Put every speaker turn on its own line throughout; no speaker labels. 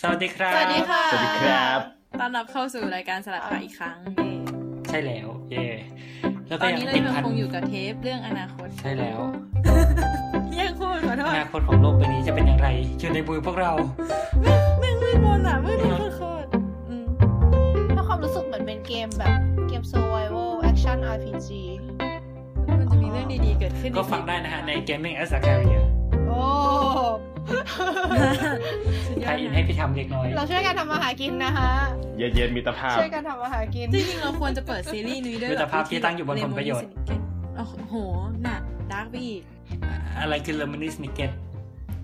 สวัสดีครับ
สวัสดีค่ะ
สวัสดีครับ
ต้อนรับเข้าสู่รายการสลัดป่าอีกครั้ง
ใช่แล้ว เย่แล้ว
ต
ก็
อน
ยัง
นี้เรา
ติด
ยัง
พัน
คงอยู่กับเทปเรื่องอนาคต
ใช่ แล้ว
ยังพูดขอโท
อ
ษ
นาคตของโลกใบนี้จะเป็นอย่างไรอยู่ในมือพวกเรา
มึงมืดมนอ่ะมืดมนโคตรๆอืม
ถ้าความรู้สึกเหมือนเป็นเกมแบบเกม survival action RPG
มันจะมีเรื่องดีๆเกิดขึ้น
ก็ฟังได้นะฮะ ใน Gaming as a Career
โอ้
สุดย
ไท
อด
ยอินให้
นะ
พี่ทำเล็กน้อย
เราช่วยกันทำมาหากินนะคะ
เย็นเย็นมิตรภาพ
ช่วยกันทำมาหากิน
จริงๆเราควรจะเปิดซีรีส์นี้ด้วย
มิตรภาพที่ตั้งอยู่บนผลประโยชน์
โอ้โหหนักดาร์กไปอีก
อะไรคือเลมอนิสนิเกต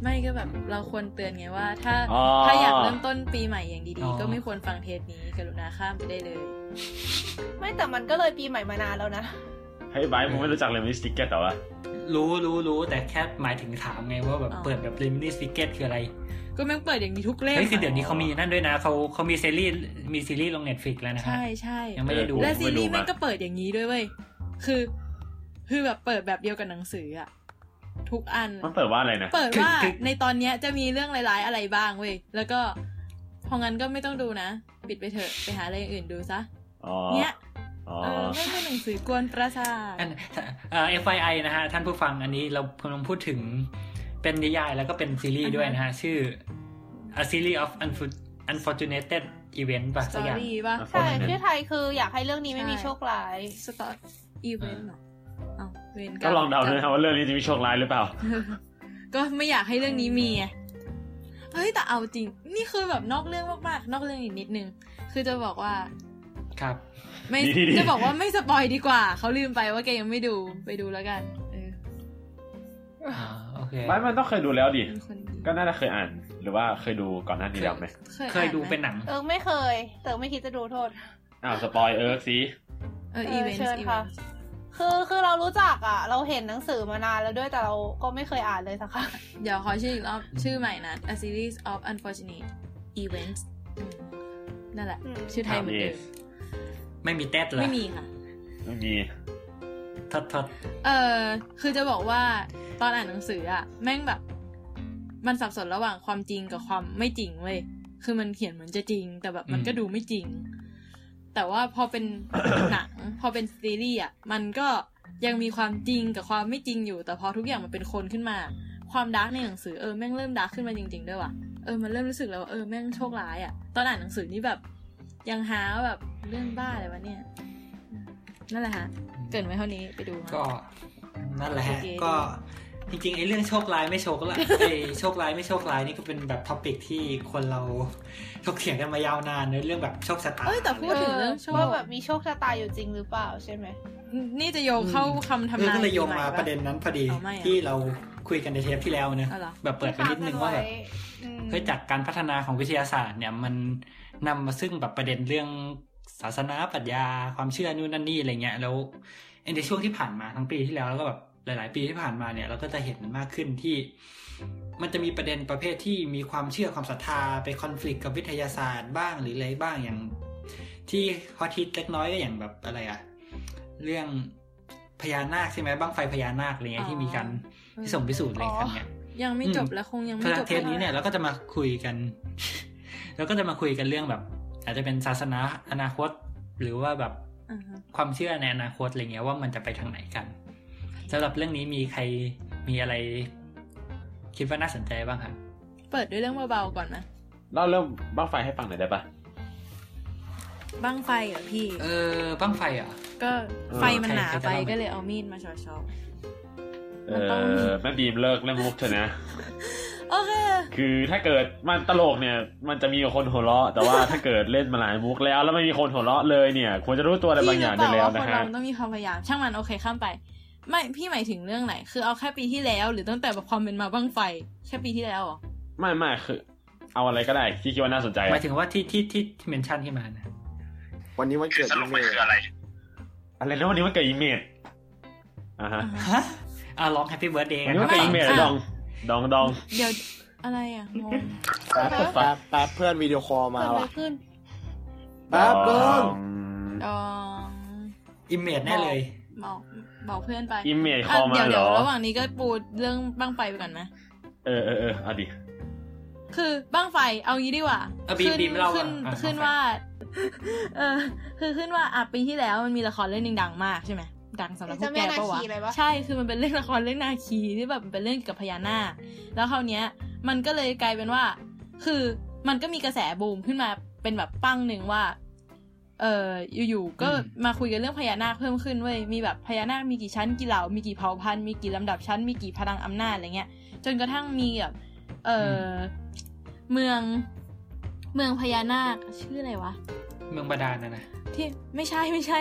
ไม่ก็แบบเราควรเตือนไงว่า ถ้า
อ๋อ
ถ้าอยากเริ่มต้นปีใหม่อย่าง
อ๋
ดี
อ
ๆ ก็ไม่ควรฟังเทปนี้กรุณาข้ามไปได้เลย
ไม่แต่มันก็เลยปีใหม่มานานแล้วนะ
เฮ้ยไบร์ทมึงไม่รู้จักเลยมิสติกเก็ตเหรอวะ
รู้รู้รู้แต่แค่หมายถึงถามไงว่าแบบ
อ๋อ
เปิดแบบเลมอนิสนิเกตคืออะไร
ก็แม่งเปิดอย่างนี้ทุกเล่ม
เฮ้ยคือเดี๋ยวนี้เขามีนั่นด้วยนะเขาเขามีซีรีส์มีซีรีส์ลงเน็ตฟลิกแล้วนะฮะ
ใช่ใช่
ยังไม่ได้ดู
และซีรีส์แม่งก็เปิดอย่างนี้ด้วยเว้ย คือ คือแบบเปิดแบบเดียวกับหนังสืออะทุกอัน
มันเปิดว่าอะไรนะ
เปิดว่า
คือ
ในตอนเนี้ยจะมีเรื่องร้ายๆอะไรบ้างเว้ย แล้วก็พองั้นก็ไม่ต้องดูนะ ปิดไปเถอะ ไปหาอะไรอย่างอื่นดูซะ
อ๋อ
เนี้ย
อ๋อ
เออไม่ใช่หนังสือกวนประสา
อั
ท
น เอ่อ FYI นะฮะ ท่านผู้ฟังอันนี้เรากำลังพูดถึงเป็นนิยายแล้วก็เป็นซีรีส์ด้วยนะฮะ ชื่อ A Series of Unfo- Unfortunate Event ป่ะ
สต
สัก
อ
อย่าง
รี่ป่ะ
ใช่
Unfortunate
ชื่อไทยคืออยากให้เรื่องนี้ไม่มี
ใช่
โชคร้าย
สตอรี่อีเวนต์เหรอเอาเวนรรม
ก็ลองเดาด้วยนะครับว่าเรื่องนี้จะมีโชคร้ายหรือเปล่า
ก็ไม่อยากให้เรื่องนี้มีไงเฮ้ยแต่เอาจริง นี่คือแบบนอกเรื่องมากๆ นอกเรื่องอีกนิดนึง คือจะบอกว่า
ครับ
ไม่
ดีดีดี
จะบอกว่าไม่สปอยดีกว่า เขาลืมไปว่าแกยังไม่ดูไปดูแล้วกันเออ
อ่าโอเค
ไบร์ทมันต้องเคยดูแล้วดิ
เป็นคนดี
ก็น่าจะเคยอ่าน หรือว่าเคยดูก่อนหน้านี้แล้วไหม
เคยดูเป็นหนัง
เออไม่เคย เต๋อไม่คิดจะดูโทษ
อ้าวสปอยเอิร์กสิ
เอออีเวน
เชิ
ต์
ญ
อีเว
ค่ะ
นต์
คือคือเรารู้จักอ่ะ เราเห็นหนังสือมานานแล้วด้วยแต่เราก็ไม่เคยอ่านเลยสักครั้ง
เดี๋ยวขอชื่ออีกรอบชื่อใหม่นะ A series of unfortunate events อืมนั่นแหละ
อืม
ชื่อไทยเหมือนเดิม
ไม่มีเต้ดเหรอ
ไม่มีค่ะ
ไม่มี
ทดทด
เออคือจะบอกว่าตอนอ่านหนังสืออะแม่งแบบ มันสับสนระหว่างความจริงกับความไม่จริงเว้ยคือมันเขียนเหมือนจะจริง แต่แบบมันก็ดูไม่จริง แต่ว่าพอเป็น หนัง พอเป็นซีรีส์อะมันก็ยังมีความจริงกับความไม่จริงอยู่ แต่พอทุกอย่างมันเป็นคนขึ้นมา ความดาร์กในหนังสือเออแม่งเริ่มดาร์กขึ้นมาจริง ๆ ด้วยว่ะเออมันเริ่มรู้สึกแล้วว่าเออแม่งโชคร้ายอะตอนอ่านหนังสือนี่แบบ ยังหาว่าแบบเรื่องบ้าอะไรวะเนี่ยนั่นแหละฮะเกรินไว้เท่านี้ไปดูฮะ
ก็นั่นแหละฮะ
โอเค
ก็จริงๆไอ้เรื่องโชคร้ายไม่โชค ร้ายไอ้โชคร้ายไม่โชคร้ายนี่ก็เป็นแบบท็อปิกที่คนเรา ถกเถียงกันมายาวนานเนอะเรื่องแบบโชคชะตา
เอ้ยแต่พูดถึงเรื่องโชค
ว่าแบบมีโชคชะตาอยู่จริงหรือเปล่าใช่ไหม
นี่จะโยงเข้า
อืม
คำทำนา
เออยก็เลยโยง
ปีให
มา
ป
ประเด็นนั้นพอดี
เอาไม่อะ
ที่เราคุยกันในเทปที่แล้วนะ
เอาเหรอ
แบบเปิดไปนิดนึงว่าแบบเฮ้ยจากการพัฒนาของวิทยาศาสตร์เนี่ยมันนำมาซึ่งแบบประเด็นเรื่องศาสนาปรัชญาความเชื่อนู่นนั่นนี่อะไรเงี้ยแล้วในช่วงที่ผ่านมาทั้งปีที่แล้วแล้วก็แบบหลาย ๆ ปีที่ผ่านมาเนี่ยเราก็จะเห็นมากขึ้นที่ มันจะมีประเด็นประเภทที่มีความเชื่อความศรัทธาไปคอน FLICT กับวิทยาศาสตร์บ้างหรืออะไรบ้างอย่าง ที่ฮอตฮิตเล็กน้อยก็อย่างแบบอะไรอะเรื่องพญานาคใช่ไหมบ้างไฟพญานาคอะไรเงี้ยที่มีการ พิสมพิสูจน์อะไรกันเนี่ย
ยังไม่จบ
อืม
แล้วคงยัง
เพ
ไม่
ราะฉะ
จ
นั้
บ
นเทปนี้เนี่ยเราก็จะมาคุยกัน เราก็จะมาคุยกันเรื่องแบบ อาจจะเป็นศาสนาอนาคต หรือว่าแบบ
อ่าฮะ
ความเชื่อในอนาคตอะไรเงี้ยว่ามันจะไปทางไหนกันสำหรับเรื่องนี้มีใครมีอะไร คิดว่าน่าสนใจบ้างครับ
เปิดด้วยเรื่องเบาๆก่อนนะ
เล่าเรื่องบ้างไฟให้ฟังหน่อยได้ปะ
บ้างไฟเหรอพี่
เออบ้างไฟเหรอ
ก็
เออ
ไฟมันหนา
ใครจะ
ไป
เล่าไหม
ก็เลยเอามีดมาชอชอ
เอ
มันต้องมี
อแม่บีมเลิกเล่นมุกเถอะนะ
โอเค
คือถ้าเกิดมันตลกเนี่ย มันจะมีคนหัวเราะ แต่ว่าถ้าเกิดเล่นมาหลายมุกแล้ว แล้วไม่มีคนหัวเราะเลยเนี่ย ควรจะรู้ตัวอะไรบาง
พี่
อย่าง
รู้
ได้
เปล่า
แล้ว
ว่าค
นะ
น
ฮะ
เราต้องมีความพยายาม ช่างมันโอเคข้ามไป ไม่พี่หมายถึงเรื่องไหน คือเอาแค่ปีที่แล้ว หรือตั้งแต่แบบความเป็นมาบ้างไฟ แค่ปีที่แล้วเหรอ
ไม่ไม่คือ เอาอะไรก็ได้ที่คิดว่าน่าสนใจ
หมา
อะ
ยถึงว่าที่ที่ที่ที่เมนชั่นที่มานะ
วันนี้วันเกิดอีเมล
อะไรนะวันนี้มันเกิดอีเมดอ่ะฮะ
อ่าฮะ
ฮะอ่ะร้องแฮปปี้เบิร์ดเดย์
วั
กัน น
นี้มันเกิดอีเมดดองดองดอง
เดี๋ยวอะไรอ่ะงง
แป๊บแป๊บแป๊บเพื่อนวิดีโอคอลมา
เกิดอะไร
ว่ะ
ขึ้น
แป๊บเบิ้ง
ดอง
อิมเมจแน่เลย
บอกบอกเพื่อนไป
อีเมดค
อ่ะ
อลมา
เดี๋ยว
เหร
เดี๋ยว
อ
ระหว่างนี้ก็ปูเรื่องบ้างไฟไปก่อนไหม
เออเออเออเอาดิ
คือบ้างไฟเอางี้ดีกว่า
เออบีม
ขึ้น
บีมเล่า
ขึ้น
อ่ะอ่ะ
ขึ้น
บ้างไฟ
ว่า เออ คือขึ้นว่าอ่ะปีที่แล้วมันมีละครเรื่องหนึงดังมากใช่ไหมดังสำหรับพวกแกปะวะ
เจ้าแม่นาคีเลยวะ
ใช่คือมันเป็นเรื่องละครเรื่องนาคีที่แบบมันเป็นเรื่องเกี่ยวกับพญานาคแล้วคราวเนี้ย มันก็เลยกลายเป็นว่า คือมันก็มีกระแสบูมขึ้นมาเป็นแบบปั้งหนึ่งว่า เอออยู่ๆก็
อืม
มาคุยกันเรื่องพญานาคเพิ่มขึ้นเว้ยมีแบบพญานาคมีกี่ชั้นกี่เหล่ามีกี่เผ่าพันธุ์มีกี่ลำดับชั้นมีกี่พลังอำนาจอะไรเงี้ย จนกระทั่งมีแบบเอออเมืองเมืองพญานาคชื่ออะไรวะ
เมืองบาดาลนะนะ
ที่ไม่ใช่ไม่ใช่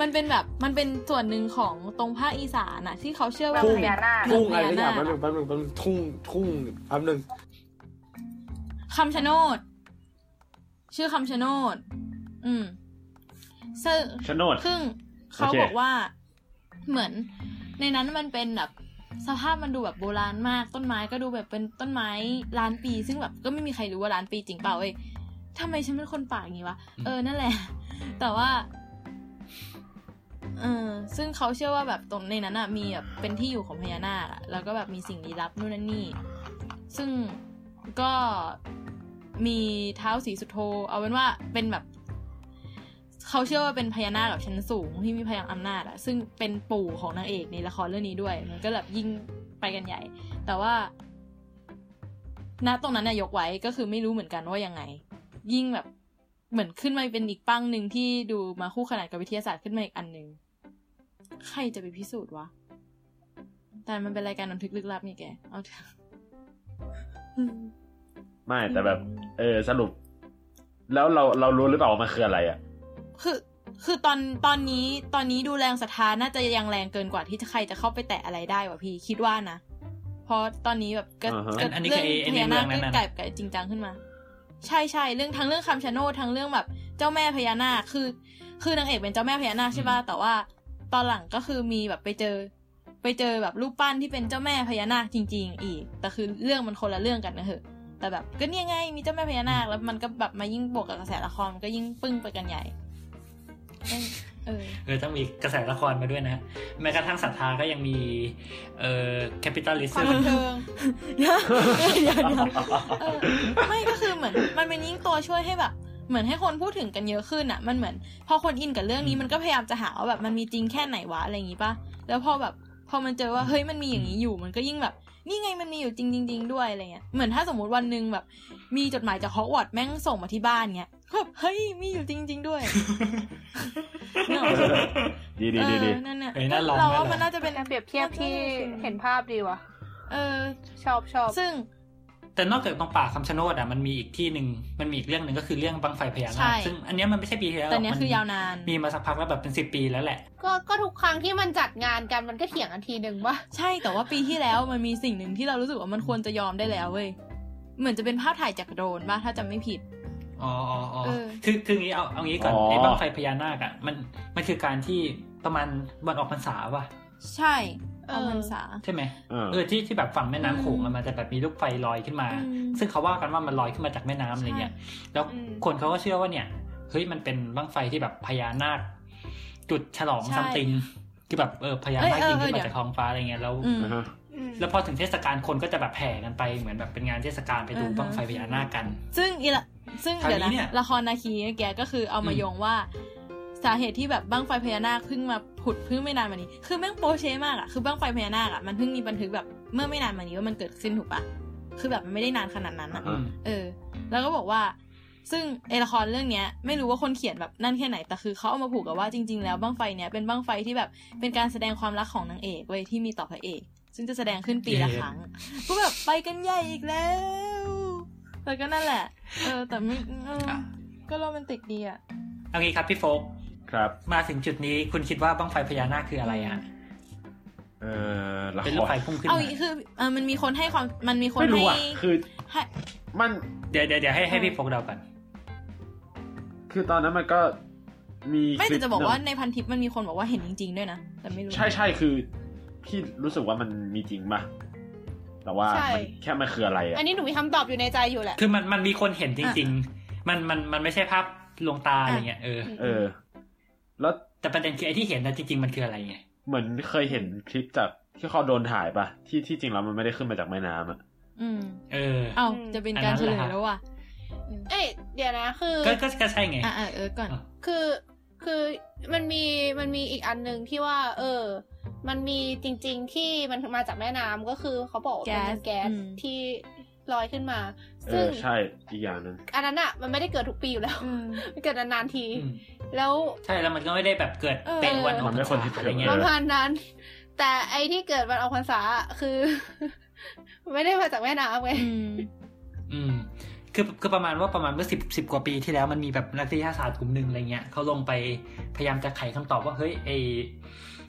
มันเป็นแบบมันเป็นส่วนหนึ่งของตรงภาคอีสานอะที่เขาเชื่อว่า
ทุ่
มัน
ง
เป็น
ทุ่งอะไรอย่างแป๊บนึงแป๊บนึงแป๊บนึงทุ่งทุ่งแป๊บนึง
คำชะโนด ชื่อคำชะโนด อืมซึ่ง
ชะโนด
ซึ่งเขา
โอเค
บอกว่าเหมือน ในนั้นมันเป็นแบบสภาพมันดูแบบโบราณมากต้นไม้ก็ดูแบบเป็นต้นไม้ล้านปี ซึ่งแบบก็ไม่มีใครรู้ว่าล้านปีจริงเปล่าเอ้ยทำไมฉันเป็นคนปากอย่างนี้วะเออนั่นแหละ แต่ว่าเออซึ่งเขาเชื่อว่าแบบตรงในนั้นอ่ะมีแบบเป็นที่อยู่ของพญานาคอะแล้วก็แบบมีสิ่งลี้ลับนู่นนั่นนี่ ซึ่งก็มีเท้าสีสุโธเอาเป็นว่าเป็นแบบ เขาเชื่อว่าเป็นพญานาคแบบชั้นสูงที่มีพลังอำนาจอะซึ่งเป็นปู่ของนางเอกในละครเรื่องนี้ด้วย มันก็แบบยิ่งไปกันใหญ่ แต่ว่า ณตรงนั้นนายกไว้ก็คือไม่รู้เหมือนกันว่ายังไง ยิ่งแบบเหมือนขึ้นมาเป็นอีกปั้งหนึ่งที่ดูมาคู่ขนานกับวิทยาศาสตร์ขึ้นมาอีกอันหนึ่งใครจะไปพิสูจน์วะ แต่มันเป็นรายการบันทึกลึกลับนี่แกเอาเถอะอืม
ไม่แต่แบบ เออสรุป แล้วเราเรารู้หรือเปล่าว่ามันคืออะไรอ่ะ
คือคือตอนตอนนี้ตอนนี้ดูแรงศรัทธาน่าจะยังแรงเกินกว่าที่จะใครจะเข้าไปแตะอะไรได้ว่ะพี่คิดว่านะเพราะตอนนี้แบบก็
อ่าฮะ
ก็
อันนี้
เรื่
คือไอ้
พญา
ไอ้เมื
นา
อ
ค
งนั้นน่ะ
ก็กลายเป็นจริงจังขึ้นมา ใช่ใช่เรื่องทั้งเรื่องคำชะโนดทั้งเรื่องแบบ เจ้าแม่พญานาคคือ คือนางเอกเป็นเจ้าแม่พญานาคใช่ป่ะแต่ว่า ตอนหลังก็คือมีแบบไปเจอ ไปเจอแบบรูปปั้นที่เป็นเจ้าแม่พญานาคจริง ๆ อีก แต่คือเรื่องมันคนละเรื่องกันนะเหอะ แต่แบบก็เนี่ยไงมีเจ้าแม่พญานาคแล้วมันก็แบบมายิ่งบวกกับกระแสละครมันก็ยิ่งปึ้งไปกันใหญ่แม่งเออ
เออต้องมีกระแสละครมาด้วยนะแม้กระทั่งศรัทธาก็ยังมีเอ่อแคปิตอลิ
ควา
ซึ
ม
ม
บันเทิง
เดี๋ยวเดี๋ยวเดี๋ยวเออไม่ก็คือเหมือน มันเป็นยิ่งตัวช่วยให้แบบ เหมือนให้คนพูดถึงกันเยอะขึ้นอ่ะ มันเหมือน พอคนอินกับเรื่องนี้มันก็พยายามจะหาว่าแบบมันมีจริงแค่ไหนวะอะไรอย่างงี้ป่ะแล้วพอแบบ พอมันเจอว่าเฮ้ยมันมีอย่างนี้อยู่มันก็ยิ่งแบบ นี่ไงมันมีอยู่จริงจริงๆด้วยอะไรเงี้ยเหมือนถ้าสมมติวันหนึ่งแบบ มีจดหมายจากฮอกวอตส์แม่งส่งมาที่บ้านเงี้ยแบบเฮ้ยมีอยู่จริงจริง ๆ ด้วยเนอะ
ดี
เอ
ดีดีดี
อนั่นน่ะ
เฮ้ยน่าลอง
เรา
น่าล
ว่า
อง
มันน่าจะเป็
เป็น นการเปรียบเทียบที่เห็นภาพดีว่ะ
เออ
ชอบชอบ
ซึ่ง
แต่นอกจากตรงป่าคำชะโนดอ่ะมันมีอีกที่หนึ่งมันมีอีกเรื่องหนึ่งก็คือเรื่องบังไฟพญานา
ใช่
คซึ่งอันเนี้ยมันไม่ใช่ปีที่แล้วหร
แต่
อก
เนี้ย
มั
คือยาวนาน
มีมาสักพักแล้วแบบเป็นสิบปีแล้วแหละ
ก็ก็ทุกครั้งที่มันจัดงานกันมันก็เถียงกันทีหนึ่งว่า
ใช่แต่ว่าปีที่แล้วมันมีสิ่งหนึ่งที่เรารู้สึกว่ามันควรจะยอมได้แล้วเว้ย เหมือนจะเป็นภาพถ่ายจากโดรนป่ะถ้าจำไม่ผิด
อ๋ออ๋ออ๋อ
เออ
คือคืองี้เอาเอางี้ก่อน
อ๋อ
ไอ้บังไฟพญานาคอ่ะมันมันคือการที่ประมาณวันออกพรรษาว่ะ
ใช่
เอ
เอา
อ
พรรษา
ใช่ไหม
เออ
เออที่ที่แบบฝั่งแม่น้ำโขง
อืม
อะมันจะแบบมีลูกไฟลอยขึ้นมา
อืม
ซึ่งเขาว่ากันว่ามันลอยขึ้นมาจากแม่น้ำอะไรเงี้ย แล้ว
อืม
คนเขาก็เชื่อว่าเนี่ยเฮ้ยมันเป็นบั้งไฟที่แบบพญานาค จุดฉลอง
ใช่
ซัมติงคือแบบเออพญานาค
เอ้
ยิ
ย
ง
เออ
ขึ้น
เดี๋
มา
ยว
จากท้องฟ้าอะไรเงี้ยแล้ว
อืม
นะฮะ
อืม
แล้วพอถึงเทศกาลคนก็จะแบบแห่กันไปเหมือนแบบเป็นงานเทศกาลไปดู
อือฮะ
บั้งไฟพญานาคกัน
ซึ่งอีละซึ่ง
คราว
เดี๋ยว
นี้
นะ
เนี่ย
ละครนาคีแกก็คือเอามา
อืม
โยงว่า สาเหตุที่แบบบั้งไฟพญานาคเพิ่งมาผุดเพิ่งไม่นานมานี้ คือแม่งโปเชมากอะคือบั้งไฟพญานาคอะมันเพิ่งมีบันทึกแบบเมื่อไม่นานมานี้ว่ามันเกิดขึ้นถูกปะคือแบบมันไม่ได้นานขนาดนั้นอะ
อืม
เออ แล้วก็บอกว่า ซึ่งไอละครเรื่องเนี้ย ไม่รู้ว่าคนเขียนแบบนั่นแค่ไหน แต่คือเขาเอามาผูกกับว่าจริง ๆ แล้วบั้งไฟเนี้ยเป็นบั้งไฟที่แบบเป็นการแสดงความรักของนางเอกเว้ยที่มีต่อพระเอก ซึ่งจะแสดงขึ้นปีละ
เย้
ครั้งก็แบบไปกันใหญ่อีกแล้วแต่ก็นั่นแหละ เออ แต่ไม่เออก็โรแมนติกดีอะ
เอางี้ครับพี่โฟก
ครับ
มาถึงจุดนี้คุณคิดว่าบั้งไฟพญานาคคืออะไรฮะ
เออละค
เป็นลูกไฟ
ร
พุ่งขึ้น
เอา
มา
อีกคือเออมันมีคนให้ความมันมีคน
ไม่
ให้
รู้อ่ะ คือ
ให้
มัน
เดี๋ยวเดี๋ยวเดี๋ยวให้ให้พี่โฟกเดากัน
คือตอนนั้นมันก็มี
ไม่
คลิ
แต่
ป
จะบอก
หนึ่ง
ว่าในพันทิปมันมีคนบอกว่าเห็นจริง ๆ ด้วยนะ แต่ไม่รู้
ใช่ใช่คือพี่รู้สึกว่ามันมีจริงป่ะแต่ว่า
ใช่
มันแค่มันคืออะไรอ่ะ
อันนี้หนูมีคำตอบอยู่ในใจอยู่แหละ
คือมันมันมีคนเห็นจริง ๆ มันมันมันไม่ใช่ภาพลวงตาอะไรเงี้ยเออ
เออ แล้ว
แต่ประเด็นคือไอ้ที่เห็นนะจริงๆ มันคืออะไรไง
เหมือนเคยเห็นคลิปจากที่เขาโดนถ่ายป่ะที่ที่จริงแล้วมันไม่ได้ขึ้นมาจากแม่น้ำอ่ะ
อืม
เออ
เอ้า
อืม
จะเป็นการเฉลยแล้วว่ะ
เอ้ยเดี๋ยวนะคือ
ก็ก็ก็ใช่ไง
อ่ะอ่ะเออก่อน
คือคือมันมีมันมีอีกอันหนึ่งที่ว่า เออ มันมีจริง ๆ ที่มันมาจากแม่น้ำก็คือเขาบอกว่าเป็น
แก๊ส
แก๊ส
อืม
ที่ลอยขึ้นมา
เอ
ซึ่ง
อใช่อีกอย่างหนึง
อันนั้นอะมันไม่ได้เกิดทุกปีอยู่แล้ว
อืม
มันเกิดนานๆที
อืม
แล้ว
ใช่แล้วมันก็ไม่ได้แบบเกิด
เออ
เป็นวันออกพรรษาอะไรเงี้ย
ประมาณนั้น แต่ไอที่เกิดวันออกพรรษาอะคือ ไม่ได้มาจากแม่น้ำไง
อืม
อืมคือคือประมาณว่าประมาณเมื่อสิบสิบกว่าปีที่แล้วมันมีแบบนักวิทยาศาสตร์กลุ่มหนึ่งอะไรเงี้ยเขาลงไปพยายามจะไขคำตอบว่าเฮ้ยไอ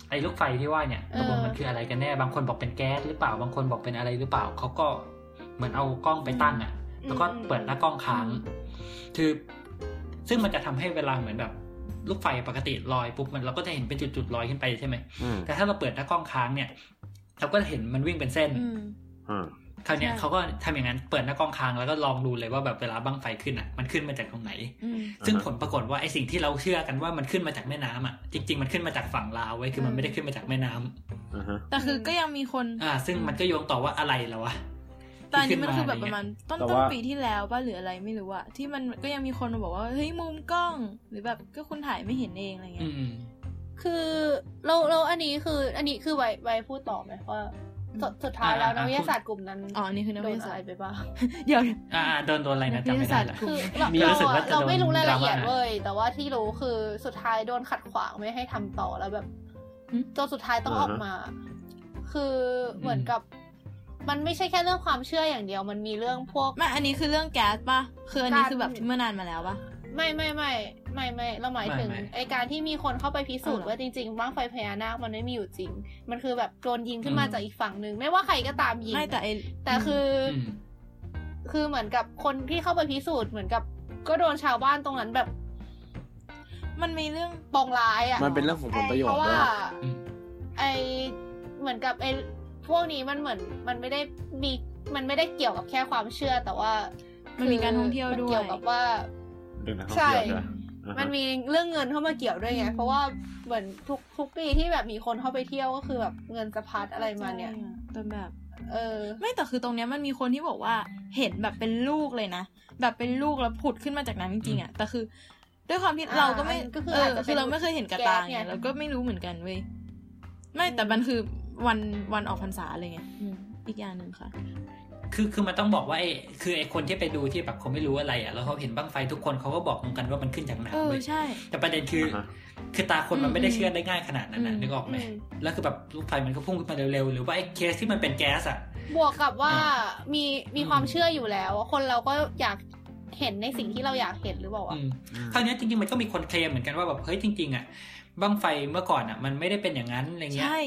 ไอลูกไฟที่ว่าเนี่ยตกลงมันคืออะไรกันแน่บางคนบอกเป็นแก๊สหรือเปล่าบางคนบอกเป็นอะไรหรือเปล่าเขาก็เหมือนเอากล้องไปตั้งอ่ะ แล้วก็เปิดหน้ากล้องค้าง คือ ซึ่งมันจะทำให้เวลาเหมือนแบบลูกไฟปกติลอยปุ๊บมันเราก็จะเห็นเป็นจุดๆลอยขึ้นไปใช่ไหม
อืม
แต่ถ้าเราเปิดหน้ากล้องค้างเนี่ย เราก็เห็นมันวิ่งเป็นเส้น
อืม
อืม
คราวเนี้ย
ใช่
เขาก็ทำอย่างนั้นเปิดหน้ากล้องค้างแล้วก็ลองดูเลยว่าแบบเวลาบั้งไฟขึ้นอ่ะมันขึ้นมาจากตรงไหน
อืม
ซึ่งผลปรากฏว่าไอสิ่งที่เราเชื่อกันว่ามันขึ้นมาจากแม่น้ำอ่ะจริงๆมันขึ้นมาจากฝั่งลาวไว้ยคือมันไม่ได้ขึ้นมาจากแม่น้ำ
อือฮะ
แต่คือก็ยังมีคน
อ่า ซึ่งมันก็โยงต่อว่าอะไรแล้ววะ
ตอนนี้
ที่
มันคือแบบ
ขึ้าะ
ป
ไร
ระ
เงี้ย
มาณต้นต้นปีที่แล้วป่ะหรืออะไรไม่รู้อะที่มันก็ยังมีคนมาบอกว่าเฮ้ยมุมกล้อง หรือแบบก็คุณถ่ายไม่เห็นเองอะไรเงี้
อื
ย
ม
คือเราเราอันนี้คือ อันนี้คือไวไวพูดต่อไหมว่าสุดสุดท้ายแล้วนักวิทยาศาสตร์กลุ่มนั้น
อ๋อนี่คือนัก
โด
วิท
น
ยา
อะ
ศาส
ไร
ตร์
ไปบ้าง
เดี๋ยว
อ่าอ่าโดนโดนอะไรนะจำไม่ได้ละ
คือเรา
มีรู้สึกว่า
เราอะ
จะโดน
เราไม่รู้รายละเอียด
ดราม่า
เว้ยแต่ว่าที่รู้คือสุดท้ายโดนขัดขวางไม่ให้ทำต่อแล้วแบบ
หึ
จนสุดท้ายต้องออกมา คือเหมือนกับ มันไม่ใช่แค่เรื่องความเชื่ออย่างเดียว มันมีเรื่องพวก
ไม่อันนี้คือเรื่องแก๊สป่ะคืออันนี้คือแบบ
การ
เมื่อนานมาแล้วป่ะ
ไม่ไม่ไม่ไม่ไม่เราหมายถึง
ไม่ไม่
ไอการที่มีคนเข้าไปพิสูจน์
เอาเหรอ
ว่าจริงๆบ้างไฟพญานาคมันไม่มีอยู่จริง มันคือแบบโดนยิงขึ้นมาจากอีกฝั่งหนึ่งไม่ว่าใครก็ตามยิง
ไม่แต่ไอ้
แต่คือ
อืม
คือเหมือนกับคนที่เข้าไปพิสูจน์เหมือนกับ ก็โดนชาวบ้านตรงนั้นแบบ
มันมีเรื่อง
ปองร้ายอ่ะ
มันเป็นเรื่องของผลประโยชน์
เพราะว่า
ด้วย
อืม
ไอเหมือนกับไอพวกนี้มันเหมือนมันไม่ได้มีมันไม่ได้เกี่ยวกับแค่ความเชื่อ แต่ว่า
มั
มัน
มีการท่องเที่ยวด้วย
เกี่ยวกับว่า
ดึงนักท่อง
ใช่
เที่ยวด้วยอ่าฮะ
มันมีเรื่องเงินเข้ามาเกี่ยวด้วยไง
อืม
เพราะว่าเหมือนทุกทุกปีที่แบบมีคนเข้าไปเที่ยวก็คือแบบเงินสะพัดอะไรมาเนี่ย
แต่แบบ
เออ
ไม่แต่คือตรงเนี้ยมันมีคนที่บอกว่าเห็นแบบเป็นลูกเลยนะ แบบเป็นลูกแล้วผุดขึ้นมาจากน้ำจริงๆอ่ะแต่คือ ด้วยความที่
อ่า
เราก็ไม่
ก็คือ
เออ
อาจจะเป็น
คือเราไม่เคยเห็นกระตา
แก๊ส
ไง
เนี่ย
เราก็ไม่รู้เหมือนกันเว้ยไม่แต่มันคือวันวันออกพรรษาอะไรเงี้ยอืมอีกอย่างหนึ่งค่ะ
คือคือมันต้องบอกว่าไอ้คือไอ้คนที่ไปดูที่แบบเขาไม่รู้อะไรอ่ะแล้วเขาเห็นบ้างไฟทุกคนเขาก็บอกตรงกันว่ามันขึ้นจาก
เอ
น้ำ
อ
เว้ย
ใช่
แต่ประเด็นคืออ
าฮะ
คือตาคนมั
อื
น
ม
ไม่ได้เชื่อได้ง่ายขนาดนั้นนะ
อืม
นึกออกไหม
อืม
แล้วคือแบบลูกไฟมันก็พุ่งขึ้นมาเร็วๆ หรือว่าไอ้เคสที่มันเป็นแก๊สอ่ะ
บวกกับว่า
อ่า
มีมี
อืม
ความเชื่ออยู่แล้วคนเราก็อยากเห็นในสิ่งที่เราอยากเห็นหรือเปล่าวะ
อืมคราวเนี้ยจริงๆมันก็มีคนเคลมเหมือนกันว่าแบบเฮ้ยจริง ๆอ่ะบั้งไฟเมื่อก่อนอ่ะ มันไม่ได้เป็นอย่างนั้นอะไรเงี้ย
ใช่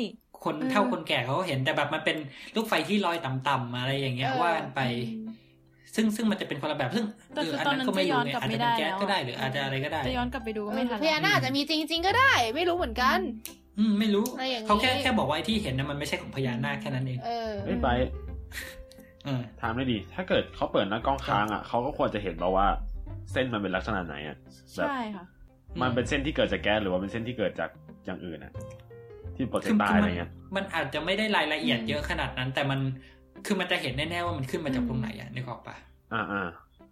คน
อืม
เท่าคนแก่เขาก็เห็นแต่แบบมันเป็นลูกไฟที่ลอยต่ำๆอะไรอย่างเงี้ย
เออ
ว่ากันไป ซึ่งซึ่งมันจะเป็นคนละแบบซึ่ง
แต่คือ
เ
ตอนนั้น
ก็ไม่
จะย้
รู้
อน
ไง
กลับ
อาจ
ไม่
จะเป็
ได้
นแก๊ส
แล้ว
ก็ได้
อะ
หรืออาจจะอะไรก็ได้
จะย้อนกลับไปดูก็
เอ
ไม่
อ
ทัน
พญานาคอาจจะมีจริง ๆ ก็ได้ ไม่รู้เหมือนกัน
อืมไม่รู้
อะไรอย่างงี้
เขาแค่แค่บอกว่าไอ้ที่เห็นนะมันไม่ใช่ของพญานาคแค่นั้นเอง
เออ
เอ้ยไป
เออ
ถามได้ดี ถ้าเกิดเขาเปิดหน้ากล้องค้างอ่ะเขาก็ควรจะเห็นเราว่า เส้นมันเป็นลักษณะไหนอ่ะแบบ
ใช่ค่ะ
มันเป็นเส้นที่เกิดจากแก๊สหรือว่าเป็นเส้นที่เกิดจากอย่างอื่นอ่ะ ที่โปรเจกต์ตาย
คื
อะ
มั
ไร
น
เงี้ย
มันอาจจะไม่ได้รายละเอียด
อืม
เยอะขนาดนั้น แต่มันคือมันจะเห็นแน่ๆว่ามันขึ้นมาจาก
อืม
ตรงไหนอะนึกออกปะ
อ่าอ่า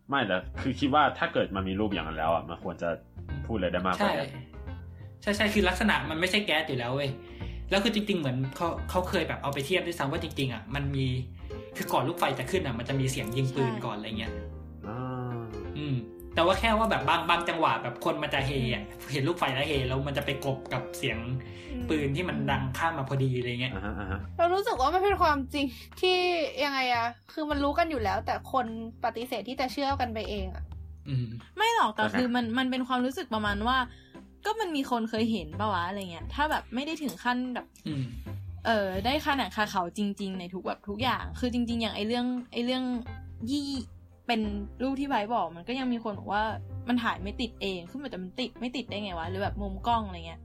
ไม่แต่คือคิดว่าถ้าเกิดมันมีรูปอย่างนั้นแล้วอ่ะมันควรจะพูดเลยได้มากก
ใช่
ว่านั้น
ใช่ใช่คือลักษณะมันไม่ใช่แก๊สอยู่แล้วเว้ยแล้วคือจริงๆเหมือนเขาเขาเคยแบบเอาไปเทียบด้วยซ้ำว่าจริงๆอ่ะมันมีคือก่อนลูกไฟจะขึ้นอ่ะมันจะมีเสียงยิงปืน
ใช่
ก่อนอะไรเงี้ย
อ่า
อืม แต่ว่าแค่ว่าแบบบางบางจังหวะแบบคนมันจะเฮอ่ะเห็นลูกไฟแล้วเฮแล้วมันจะไปกบกับเสียงปืนที่มันดังข้ามมาพอดีอะไรเงี้ย
อ่าฮะอ่าฮะ
เรารู้สึกว่ามันเป็นความจริงที่ยังไงอะคือมันรู้กันอยู่แล้ว แต่คนปฏิเสธที่จะเชื่อกันไปเองอะ
อืม
ไม่หรอกแต่คือมันมันเป็นความรู้สึกประมาณว่า ก็มันมีคนเคยเห็นปะวะอะไรเงี้ย ถ้าแบบไม่ได้ถึงขั้นแบบ
อืม
เออได้ค่าหนังคาเขาจริง ๆ ในทุกแบบทุกอย่าง คือจริง ๆ อย่างไอเรื่องไอเรื่องยี่เป็นรูปที่ไบร์ทบอก มันก็ยังมีคนบอกว่ามันถ่ายไม่ติดเองคือมันแต่มันติดไม่ติดได้ไงวะหรือแบบมุมกล้องอะไรเงี้ย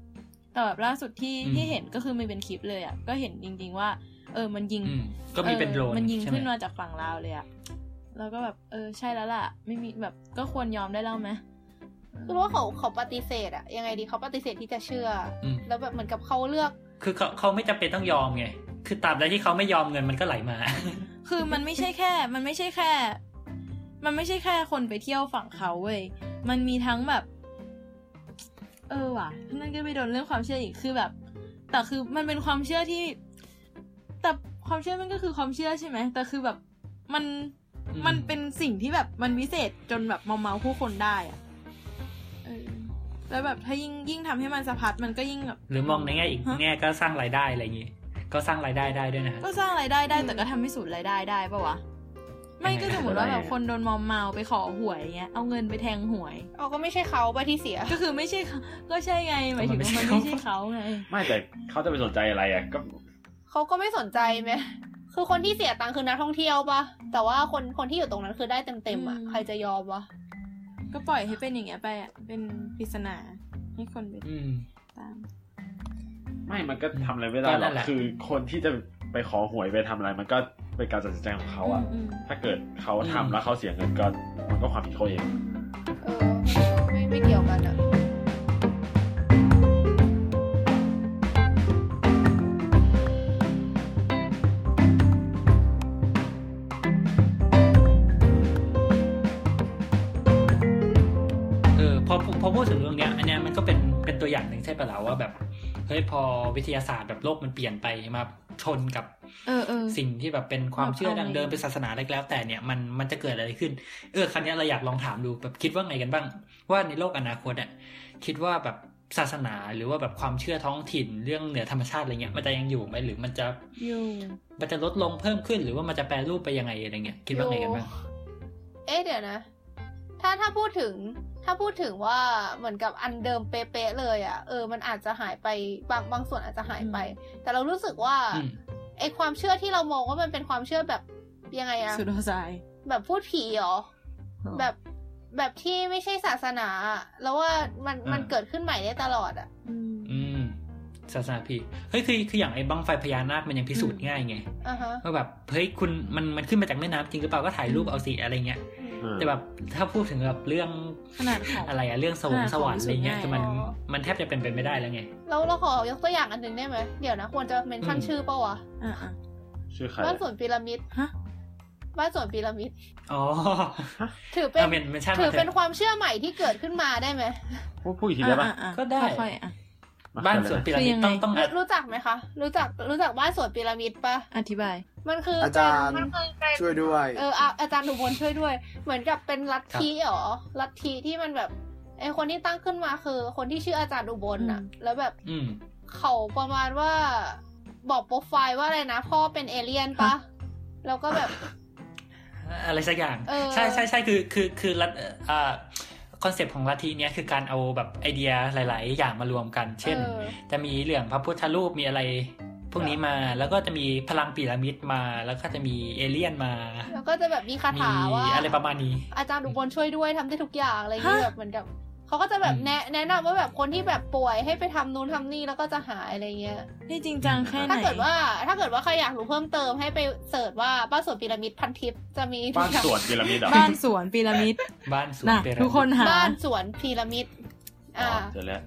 แต่แบบล่าสุดที่
อืม
ที่เห็นก็คือมันเป็นคลิปเลยอะ่ะก็เห็นจริง ๆ ว่า เออมันยิง
อืมก็มีเป็นโดรน
ออมันยิง
ใช่ไหม
ขึ้นมาจากฝั่งลาวเลยอะ่ะแล้วก็แบบเออใช่แล้วล่ะ ไม่มีแบบก็ควรยอมได้แล้วไหม
คือว่าเขาเขาปฏิเสธอะยังไงดีเขาปฏิเสธที่จะเชื่ออ
ม
แล้วแบบเหมือนกับเขาเลือก
คือเขาเขาไม่จำเป็นต้องยอมไง คือตราบใดที่เขาไม่ยอมเงินมันก็ไหลมา
คือมันไม่ใช่แค่ มันไม่ใช่แค่ มันไม่ใช่แค่คนไปเที่ยวฝั่งเขาเว้ย มันมีทั้งแบบ เออว่ะ นั่นก็ไปโดนเรื่องความเชื่ออีก คือแบบ แต่คือมันเป็นความเชื่อที่ แต่ความเชื่อมันก็คือความเชื่อใช่ไหม แต่คือแบบมัน
อืม
มันเป็นสิ่งที่แบบมันวิเศษจนแบบเมาเมาผู้คนได้อะเออแล้วแบบถ้ายิ่งยิ่งทำให้มันสะพัดมันก็ยิ่งแบบ
หรือมองในแง่อีก
ฮะ
แง่ก็สร้างรายได้อะไรอย่างงี้ ก็สร้างรายได้ได้ด้วยนะฮะ
ก็สร้างรายได้ได้แต่ก็ทำให้สูญรายได้ได้ปะวะ ไม่ก็สมมติว่าแบบ
ไม่
คนโดนมอมเมาไปขอหวยเงี้ยเอาเงินไปแทงหวย
เอาก็ไม่ใช่เขาไปะที่เสีย
ก็คือไม่ใช่เขาก็ใช่ไงหมายถึงว่ามัน
แต่มันไม่
ไม่
ใช่
ใช่เขาไง
ไม่แต่เขาจะไปสนใจอะไรอ่ะก็
เขาก็ไม่สนใจไหม คือคนที่เสียตังค์คือนักท่องเที่ยวปะแต่ว่าคนคนที่อยู่ตรงนั้นคือได้เต็มๆอ่ะ
อืม
ใครจะยอมวะ
ก็ปล่อยให้เป็นอย่างเงี้ยไปอ่ะเป็นปริศนาให้คนไป
อืม
ตาม
ไม่มันก็ทำอะไรไม่ได้
ก็
หร
นั่
อก
นแหละ
คือคนที่จะไปขอหวยไปทำอะไร มันก็เป็นการตัดสินใจของเขาอ่ะ
อืม
ถ้าเกิดเขาทำแล้วเขาเสียเงินก็มันก็ความผิดเขาเอง
เออ ไม่ไม่เกี่ยวกันอ่ะ
เออพอพอพอพูดถึงเรื่องเนี้ยอันเนี้ยมันก็เป็นเป็นตัวอย่างหนึ่งใช่ปะล่ะว่าแบบเฮ้ยพอวิทยาศาสตร์แบบโลกมันเปลี่ยนไปมาชนกับ
เออเออ
สิ่งที่แบบเป็นความเชื่อดังเดิมเป็นศาสนาอะไรก็แล้ว แต่เนี่ยมันมันจะเกิดอะไรขึ้น เออครั้งนี้ยเราอยากลองถามดูแบบคิดว่าไงกันบ้าง ว่าในโลกอนาคตอ่ะคิดว่าแบบศาสนาหรือว่าแบบความเชื่อท้องถิ่นเรื่องเหนือธรรมชาติอะไรเงี้ยมันจะยังอยู่ไหมหรือมันจะ
อยู่
มันจะลดลงเพิ่มขึ้น หรือว่ามันจะแปรรูปไปยังไงอะไรเงี้ยคิดว่าไงกันบ้าง
เอ๊ะเดี๋ยวนะ ถ้าถ้าพูดถึง ถ้าพูดถึงว่าเหมือนกับอันเดิมเป๊ะๆเลยอ่ะ เออ มันอาจจะหายไปบางบางส่วนอาจจะหายไป แต่เรารู้สึกว่า
อืม
ไอความเชื่อที่เรามองว่ามันเป็นความเชื่อแบบยังไงอ่ะ
สุดโทราย
แบบพูดผีเหรอ แบบแบบที่ไม่ใช่ศาสนาอะแล้วว่ามัน
อ่ามั
มันเกิดขึ้นใหม่ได้ตลอดอ่ะ
อืมศาสนาพีเฮ้ยคือคืออย่างไอ้บังไฟพญานาคมันยังพิสูจน์ง่ายไง
อ่าฮะ
ว่าแบบเฮ้ยคุณมันมันขึ้นมาจากแม่น้ำจริงหรือเปล่าก็ถ่ายรูปเอาสิอะไรเงี้ย
อืม
แต่แบบถ้าพูดถึงแบบเรื่อง
ขนาดของ
อะไรอะเรื่องสวรรค์
ขนาดข
ส
อง
วรรค์อะไรเงี้ย
พิสูจน์ง่าย
คือมัน
เหรอ
มันแทบจะเป็นไปไม่ได้แล้วไง
เราเราขอยกตัวอย่างอันหนึ่งได้ไหม เดี๋ยวนะ ควรจะเมนชั่น
อืม
ชื่อเปล่าวะ
อ่ะอ่ะ
ชื่อใคร
บ้าน
อะ
สวนพีระมิด
ฮะ
บ้านสวนพีระมิด
อ๋อ
ถือเป็น
เอาเมนเมนชั่น
ถื
มา
อ
เถ
เป็น
อะ
ความเชื่อใหม่ที่เกิดขึ้นมาได้ไหม
พูดพูดอีกทีได้ปะ
อ่ะอ่ะ
ก็ได้
ค่อยๆอ่ะ
มา
บ้านสวน
เ
ปิรามิด
คือยังไง
ต้องต้อง
รู้รู้จักไหมคะ รู้จัก รู้จักบ้านสวนพีระมิดปะ
อธิบาย
มันคืออา
อาจารย์
มันคือเป็น
ช่วยด้วย
เอออ่ะอาจารย์อุบลช่วยด้วย เหมือนกับเป็นลัทธิเหรอ ลัทธิที่มันแบบไอคนที่ตั้งขึ้นมาคือ คนที่ชื่ออาจารย์อุบลน่ะ
อืม
แล้วแบบ
อืม
เขาประมาณว่าบอกโปรไฟล์ว่าอะไรนะ พ่อเป็นเอเลี่ยนปะ แล้วก็แบบ
อะไรสักอย่าง
เออ
ใช่ใช่ใช่คือคือคือลัทอ่าคอนเซปต์ของลัทธิเนี้ยคือการเอาแบบไอเดียหลาย ๆ อย่างมารวมกัน เช่น
เออ
จะมีเหลืองพระพุทธรูปมีอะไร พวกนี้มาแล้วก็จะมีพลังปีรามิดมา แล้วก็จะมีเอเลี่ยนมา
แล้วก็จะแบบมีคา
มี
ถามว่า
อะไรประมาณนี้
อาจารย์อุบลช่วยด้วยทำได้ทุกอย่างอะไรอย่างเงี้ย
ฮะ
แบบเหมือนกับเขาก็จะแบบแนะแนะนำว่าแบบคนที่แบบป่วยให้ไปทำนู้นทำนี่แล้วก็จะหายอะไรเงี้ย
นี่จริงจังแค่ไหน
ถ้าเกิดว่า ถ้าเกิดว่าใครอยากรู้เพิ่มเติมให้ไปเสิร์ชว่าบ้านสวนพีระมิดพันทิพย์จะมี
ลยนะบ้านสวนปิรามิดเหรอ
บ้านสวนพีระมิด
บ้านสวน
นะ
เปร
ทุกคนหา
บ้านสวนพีระมิด
อ๋อ
อ่า
เจอแล้ว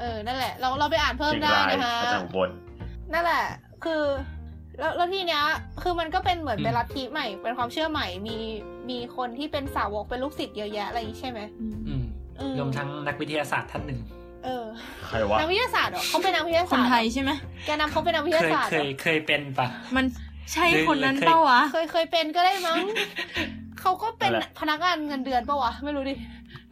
เออ นั่นแหละ เราเราไปอ่านเพิ่ม
เชียง
ได้
ราย
นะคะ
อาจารย์อุบล
นั่นแหละ คือ แล้วแล้วทีเนี้ย คือมันก็เป็นเหมือน
อืม
เป็นลัทธิใหม่ เป็นความเชื่อใหม่ มี มีคนที่เป็นสาวก เป็นลูกศิษย์เยอะแยะอะไรอย่างงี้ใช่ไหม
อืม
อื
รวมทั้งนักวิทยาศาสตร์ท่านหนึ่ง
เออ
ใครวะ
นักวิทยาศาสตร์เหรอเขาเป็นนักวิทยา
ค
ศาสต
น
ร์เหรอ
ไทยใช่ไหม
แกนำเขาเป็นนักวิท
เค
ยาย ศาสตร์
เค
เหรอย
เคยเป็นปะ
มันใช่
หรือ
คนนั้น
หรือ
เปล่าวะ
เคยเคยเป็นก็ได้มั้ง เขาก็เป็น
นั่นแหละ
พนักงานเงินเดือนปะวะ ไม่รู้ดิ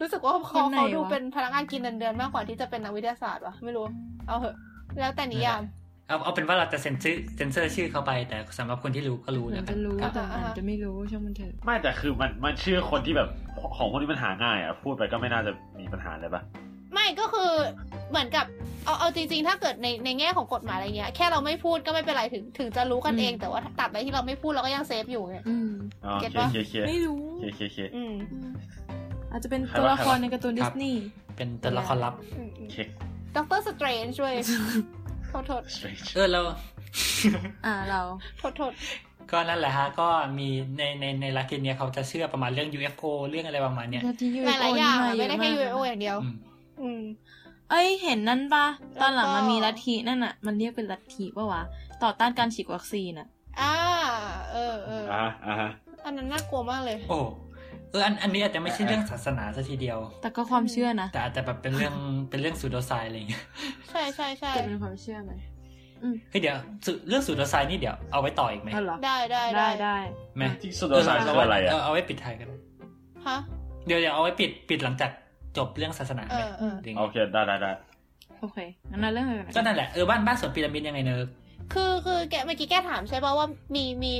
รู้สึกว่า
ค
เขา
นไหน
เขาดู
วะ
เป็นพนักงานกินเงินเดือนมากกว่าที่จะเป็นนักวิทยาศาสตร์วะไม่รู้ เอาเหอะ แล้วแต่นิยาม
เอาเอาเป็นว่าเราจะเซ็นชื่อเซ็นเซอร์ชื่อเขาไป แต่สำหรับคนที่รู้ก็รู้
เหมือ
นะ
น
ครั
จะ
บ
รู้
ครับ
แต่อาจจะไม่รู้ช่างมันเถอะ
ไม่แต่คือมันมันชื่อคนที่แบบของคนที่มันหาง่ายอ่ะพูดไปก็ไม่น่าจะมีปัญหาเลยปะ
ไม่ก็คือเหมือนกับเอาเอาจริงๆ ถ้าเกิดในในแง่ของกฎหมายอะไรเงี้ยแค่เราไม่พูดก็ไม่เป็นไรถึงถึงจะรู้กัน
อืม
เอง แต่ว่าตัดไปที่เราไม่พูดเราก็ยังเซฟอยู่ไง
อืม
อ๋อ
เก็ต
เค
ปะ
เคเค
ไม่รู้
เคเคเค
อืม
อืมอาจจะเป็น
ใครวะ
ตัวละครในการ์ตูนดิสนีย์
เป็นตัวละครลับ
อืมอืม
เค
ด็อกเตอร์สเตรนจ์เว้ย โทษโทษ
สเตรนจ์
เออเรา
อ่าเรา
โทษโท ษ
ก็นั่นแหละฮะ ก็มีในในในลัทธิเนี้ยเขาจะเชื่อประมาณเรื่อง UFO เรื่องอะไรประมาณเนี้ย
แล้วที่ UFO
หลายๆอย่างอะ
นี่
ไม่ได้แค่
เยอะาก
UFO อย่างเดียว
อืม
อืม
เอ้ยเห็นนั่นปะตอนหลัง
แล้วก็
มันมีลัทธินั่นอ่ะ มันเรียกเป็นลัทธิปะวะ ต่อต้านการฉีดวัคซีนอ่ะ
อ่า เอ ออเอออ
อ่าอ่าฮะ
อันนั้นน่ากลัวมากเลย
โอ้เอออันอันนี้อาจจะไม่ใช่เรื่องศาสนาซะทีเดียว
แต่ก็ความเชื่อนะ
แต่อาจจะแบบเป็นเรื่องเป็นเรื่องสูดไซอะไรอย่างเงี้ย
ใช่ใช่ใช่
แต่เป็นความเชื่อไหม
เฮ้ยเดี๋ยวสุเรื่องสูดไซนี่เดี๋ยวเอาไว้ต่ออีกไหม
อ๋อเหรอ
ได้ได้
ได้
ได้
ได้
ไหม
ที่สุดโต่งสายคืออะไรอ่ะ
เาเอาไว้ปิดท้ายกัน
ฮะ
เดี๋ยวเดี๋ยวเอาไว้ปิดปิดหลังจากจบเรื่องศาสนา
เอ
ไหม
อเออ
หรือไง
โอเคได้ได้ได้
โอเคงั้นเราเริ่มกันเลย
ก็นั่นแหละเออบ้านบ้านสวนพีระมิดยังไงเนอะ
คือคือแกเมื่อกี้แกถามใช่ป่าว่ามีมี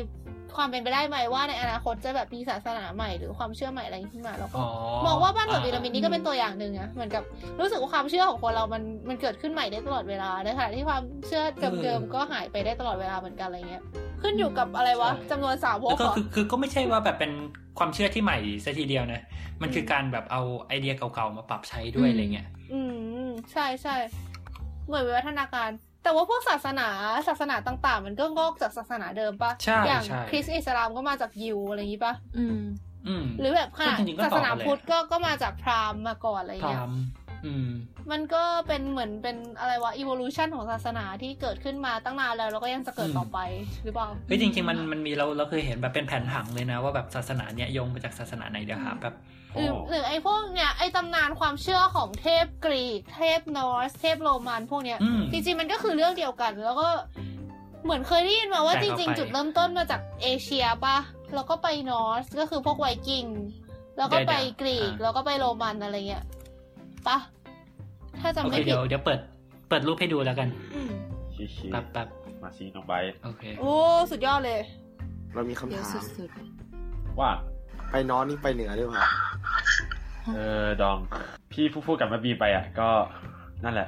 ความเป็นไปได้ไหมว่าในอนาคตจะแบบมีศาสนาใหม่หรือความเชื่อใหม่อะไรขึ้นมาแล้วก็
อ๋อ
มองว่าบ้านสวนพีระมิดนี่ก็เป็นตัวอย่างหนึ่งนะเหมือนกับรู้สึกว่าความเชื่อของคนเรามันมันเกิดขึ้นใหม่ได้ตลอดเวลาในขณะที่ความเชื่อเดิมๆก็หายไปได้ตลอดเวลาเหมือนกันอะไรเงี้ย ขึ้นอยู่กับอะไรวะจำนวนสาวก
แล้ว
เห
ก็
รอ
คือคือก็ไม่ใช่ว่าแบบเป็นความเชื่อที่ใหม่ซะทีเดียวนะมันคือการแบบเอาไอเดียเก่าๆมาปรับใช้ด้วยอะไรเงี้ย
อืมใช่ใช่เหมือนวิวัฒนาการ แต่ว่าพวกศาสนาศาสนาต่างๆ มันก็งอกจากศาสนาเดิมปะ
ใช่
อย่าง
ใช่
คริสต์อิสลามก็มาจากยิวอะไรอย่างงี้ปะ
อืม
อืม
หรือแบบขนาด
ก็จริงๆก็
ศา
ต่
ส
อกันเลยอะ
นาพุทธก็ก็มาจากพราหมณ์มาก่อนอะไร
พรา
เงี้ย
หมณ์อืม
มันก็เป็นเหมือนเป็นอะไรวะ evolution ของศาสนาที่เกิดขึ้นมาตั้งนานแล้วแล้วก็ยังจะเกิดต่อไปหรือเปล่า
เฮ้ยจริงๆมันมันมีเราเราเคยเห็นแบบเป็นแผนผังเลยนะว่าแบบศาสนาเนี้ยโยงมาจากศาสนาไหนเดี๋ยวหาแบบ
หรือหรือไอ้พวกเนี้ยไอ้ตำนานความเชื่อของเทพกรีก เทพนอร์สเทพโรมันพวกเนี้ย
อืม
จริงๆมันก็คือเรื่องเดียวกัน แล้วก็เหมือนเคยได้ยินมาว่า
แตก
จ
ออก
ริง
ไป
ๆ จุดเริ่มต้นมาจากเอเชียปะแล้วก็ไปนอร์สก็คือพวกไวกิ้งแล้วก็ไปกรีกแล้วก็ไปโรมันอะไรเงี้ยปะถ้าจำ
โอเค
ไม่ผิด
เดี๋ยวเดี๋ยวเปิดเปิดรูปให้ดูแล้วกัน
อืม
ชิชิ
แป๊บแป๊บ
มาซีน้องไบร์ท
โอเค
โอ้ สุดยอดเลย
เรามีคำ
เดี๋ยว
ถาม
สุด
ว่า
ไปนอนนี่ไปเหนือด้วยค่ะ
เออ ดอม พี่พูดพูดกับแม่บีไปอ่ะ ก็นั่นแหละ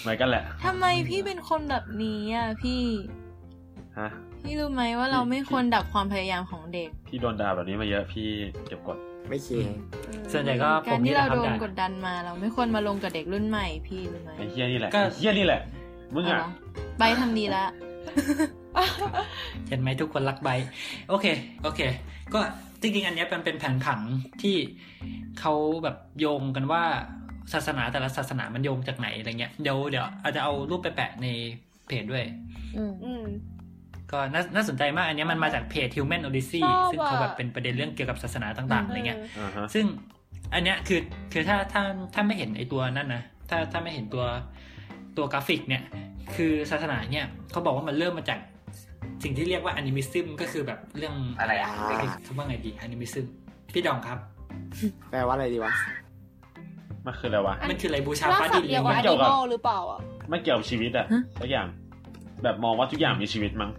เหมือนกันแหละ
ๆทำไมพี่เป็นคนแบบนี้อ่ะพี่
ฮะ
พี่รู้ไหมว่าเราไม่ควรดับความพยายามของเด็ก
พี่โดนด่าแบบนี้มาเยอะพี่เก็บกด
ไม่เคย
ส่วนใหญ่ก็ผ
การ
ม
ที่
นี่แหละค
เรา
รับ
โดน
ด่าน
กดดันมา เราไม่ควรมาลงกับเด็กรุ่นใหม่พี่รู้ไหม
ไอ้เฮียนี่แหละ
ก็
ไอ้เฮียนี่แหละ มึง
เอา
อ่ะ
เหรอไปทำดีละ
เห็นไหมทุกคนรักไบร์ทโอเค โอเค ก็จริงๆ อันเนี้ยมันเป็นแผนผังที่เขาแบบโยงกันว่าศาสนาแต่ละศาสนามันโยงจากไหนอะไรเงี้ยเดี๋ยวเดี๋ยวอาจจะเอารูปไปแปะในเพจด้วย
อืม
อืม
ก็น่าน่าสนใจมากอันเนี้ยมันมาจากเพจ Human Odyssey
ชอบ
ซึ่งเขา
อะ
แบบเป็นประเด็นเรื่องเกี่ยวกับศาสนาต่างๆอะไรเงี้ย
อ่าฮะ
ซึ่งอันเนี้ยคือคือถ้าถ้าถ้าไม่เห็นไอตัวนั่นนะถ้าถ้าไม่เห็นตัวตัวกราฟิกเนี่ย คือศาสนาเนี่ยเขาบอกว่ามันเริ่มมาจากสิ่งที่เรียกว่าอนิมิซึมก็คือแบบเรื่องอะไรอะเขาว่าไงดีอนิมิซึมพี่ดองครับ
แปลว่าอะไรดีวะ
มันคืออะไรวะ
มันคืออะไรบูชา
ล่า
ฟ้า
สั
ดิ
ต
น
ว์
เล
เดีย
ยว
กับ
วะ
เกี่ยวกับ
animal หรือเปล่าอ่ะ
ไม่เกี่ยวกับชีวิตอ่ะ
ฮะ
สักอย่าง แบบมองว่าทุกอย่างมีชีวิตมั้ง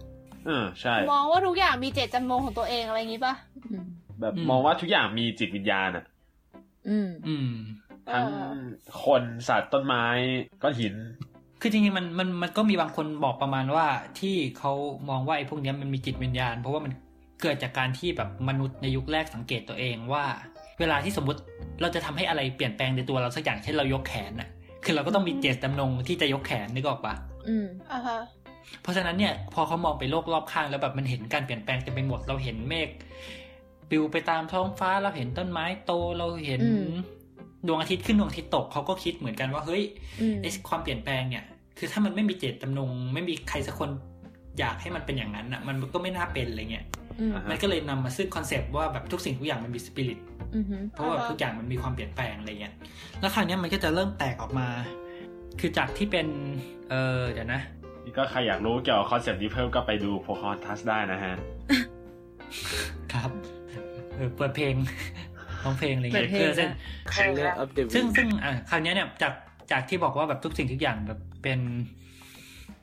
เออใช่
มองว่าทุกอย่างมีเจตจำนงของตัวเองอะไรอย่างงี้ป่ะ
อืม
แบบ
อืม
มองว่าทุกอย่างมีจิตวิญญาณอ่ะ
อืม
อืม
ทั้ง
เออ
คนสัตว์ต้นไม้ก้อนหิน
คือจริงๆมันมันมันก็มีบางคนบอกประมาณว่าที่เขามองว่าไอ้พวกเนี้ยมันมีจิตวิญญาณ เพราะว่ามันเกิดจากการที่แบบมนุษย์ในยุคแรกสังเกตตัวเองว่า เวลาที่สมมติเราจะทำให้อะไรเปลี่ยนแปลงในตัวเราสักอย่างเช่นเรายกแขนน่ะคือเราก็ต้องมีเจตจำนงที่จะยกแขนนึกออกปะ
อืม
อ่าฮะ
เพราะฉะนั้นเนี่ยพอเขามองไปโลกรอบข้างแล้วแบบมันเห็นการเปลี่ยนแปลงเต็มไปหมดเราเห็นเมฆปลิวไปตามท้องฟ้าเราเห็นต้นไม้โตเราเห็น
อืม
ดวงอาทิตย์ขึ้นดวงอาทิตย์ตกเขาก็คิดเหมือนกันว่าเฮ้ย
อืม
ไอ้ความเปลี่ยนแปลงเนี่ย คือถ้ามันไม่มีเจตจำนง ไม่มีใครสักคนอยากให้มันเป็นอย่างนั้นอ่ะ มันก็ไม่น่าเป็นอะไรเงี้ย
อืม
อ่ะ ฮ
มันก็เลยนำมาซึ่งคอนเซปต์ว่าแบบทุกสิ่งทุกอย่างมันมีสปิริต
อืมฮึ
เพราะว่า
อ่าฮะ
ทุกอย่างมันมีความเปลี่ยนแปลงอะไรเงี้ย แล้วคราวเนี้ยมันก็จะเริ่มแตกออกมา คือจากที่เป็น เออเดี๋ยวนะ
นี่ก็ใครอยากรู้เกี่ยวกับคอนเซปต์นี้เพิ่มก็ไปดูโพคอนทัสได้นะฮะ
ครับ เออเปิดเพลง ร้องเพลงอะไรเงี้ยเออซึ่ง
Color of the
ซึ่ง
Wind
ซึ่งอ่ะคราวเนี้ยเนี่ยจากจากที่บอกว่าแบบทุกสิ่งทุกอย่างแบบเป็น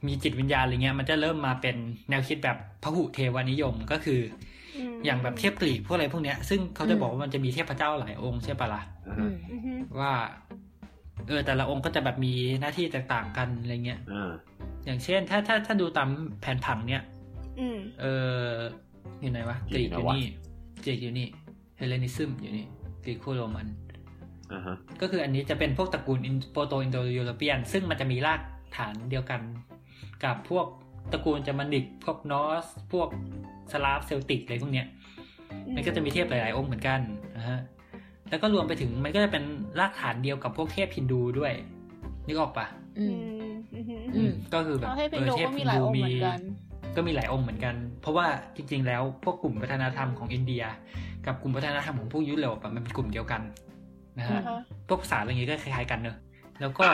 มีจิตวิญญาณอะไรเงี้ย มันจะเริ่มมาเป็นแนวคิดแบบพหุเทวานิยมก็คืออ
ม
อย่างแบบเทพกรีกพวกอะไรพวกเนี้ยซึ่งเขาจะบอกว่ามันจะมีเทพเจ้าหลายองค์ใช่ปะล่ะ
อ่า
อื
ฮะ
ม
อือฮึ
ว่าเออแต่ละองค์ก็จะแบบมีหน้าที่แตกต่างกันอะไรเงี้ย
อ่า
อย่างเช่น ถ้าถ้าถ้าดูตามแผนผังเนี่ย
อืม
เอออยู่ไหนวะกรีกอยู่นี่กรีกอยู่นี่เฮเลนิซึมอยู่นี่กรีกโคโรมัน
อ่าฮะ
ก็คืออันนี้จะเป็นพวกตระกูลโปรโตอินโดยูโรเปียน ซึ่งมันจะมีรากฐานเดียวกัน กับพวกตระกูลเจอร์มานิกพวกนอร์สพวกสลาฟเซลติกอะไรพวกเนี้ยมันก็จะมีเทพหลายๆ องค์เหมือนกันนะฮะแล้วก็รวมไปถึงมันก็จะเป็นรากฐานเดียวกับพวกเทพฮินดูด้วยนึกออกปะ
อืม
อืมอือฮึ
อืม
ก็คือแบบ
เอาให้เป็นดูก็มีหลายองค์เหมือนกัน
ก็มีหลายองค์เหมือนกัน เพราะว่าจริง ๆ แล้วพวกกลุ่มวัฒนธรรมของอินเดีย กับกลุ่มวัฒนธรรมของพวกยุโรปอะมันเป็นกลุ่มเดียวกันนะฮะ
นะคะ
พวกภาษาอะไรอย่างงี้ก็คล้ายๆกันเนอะแล้วก็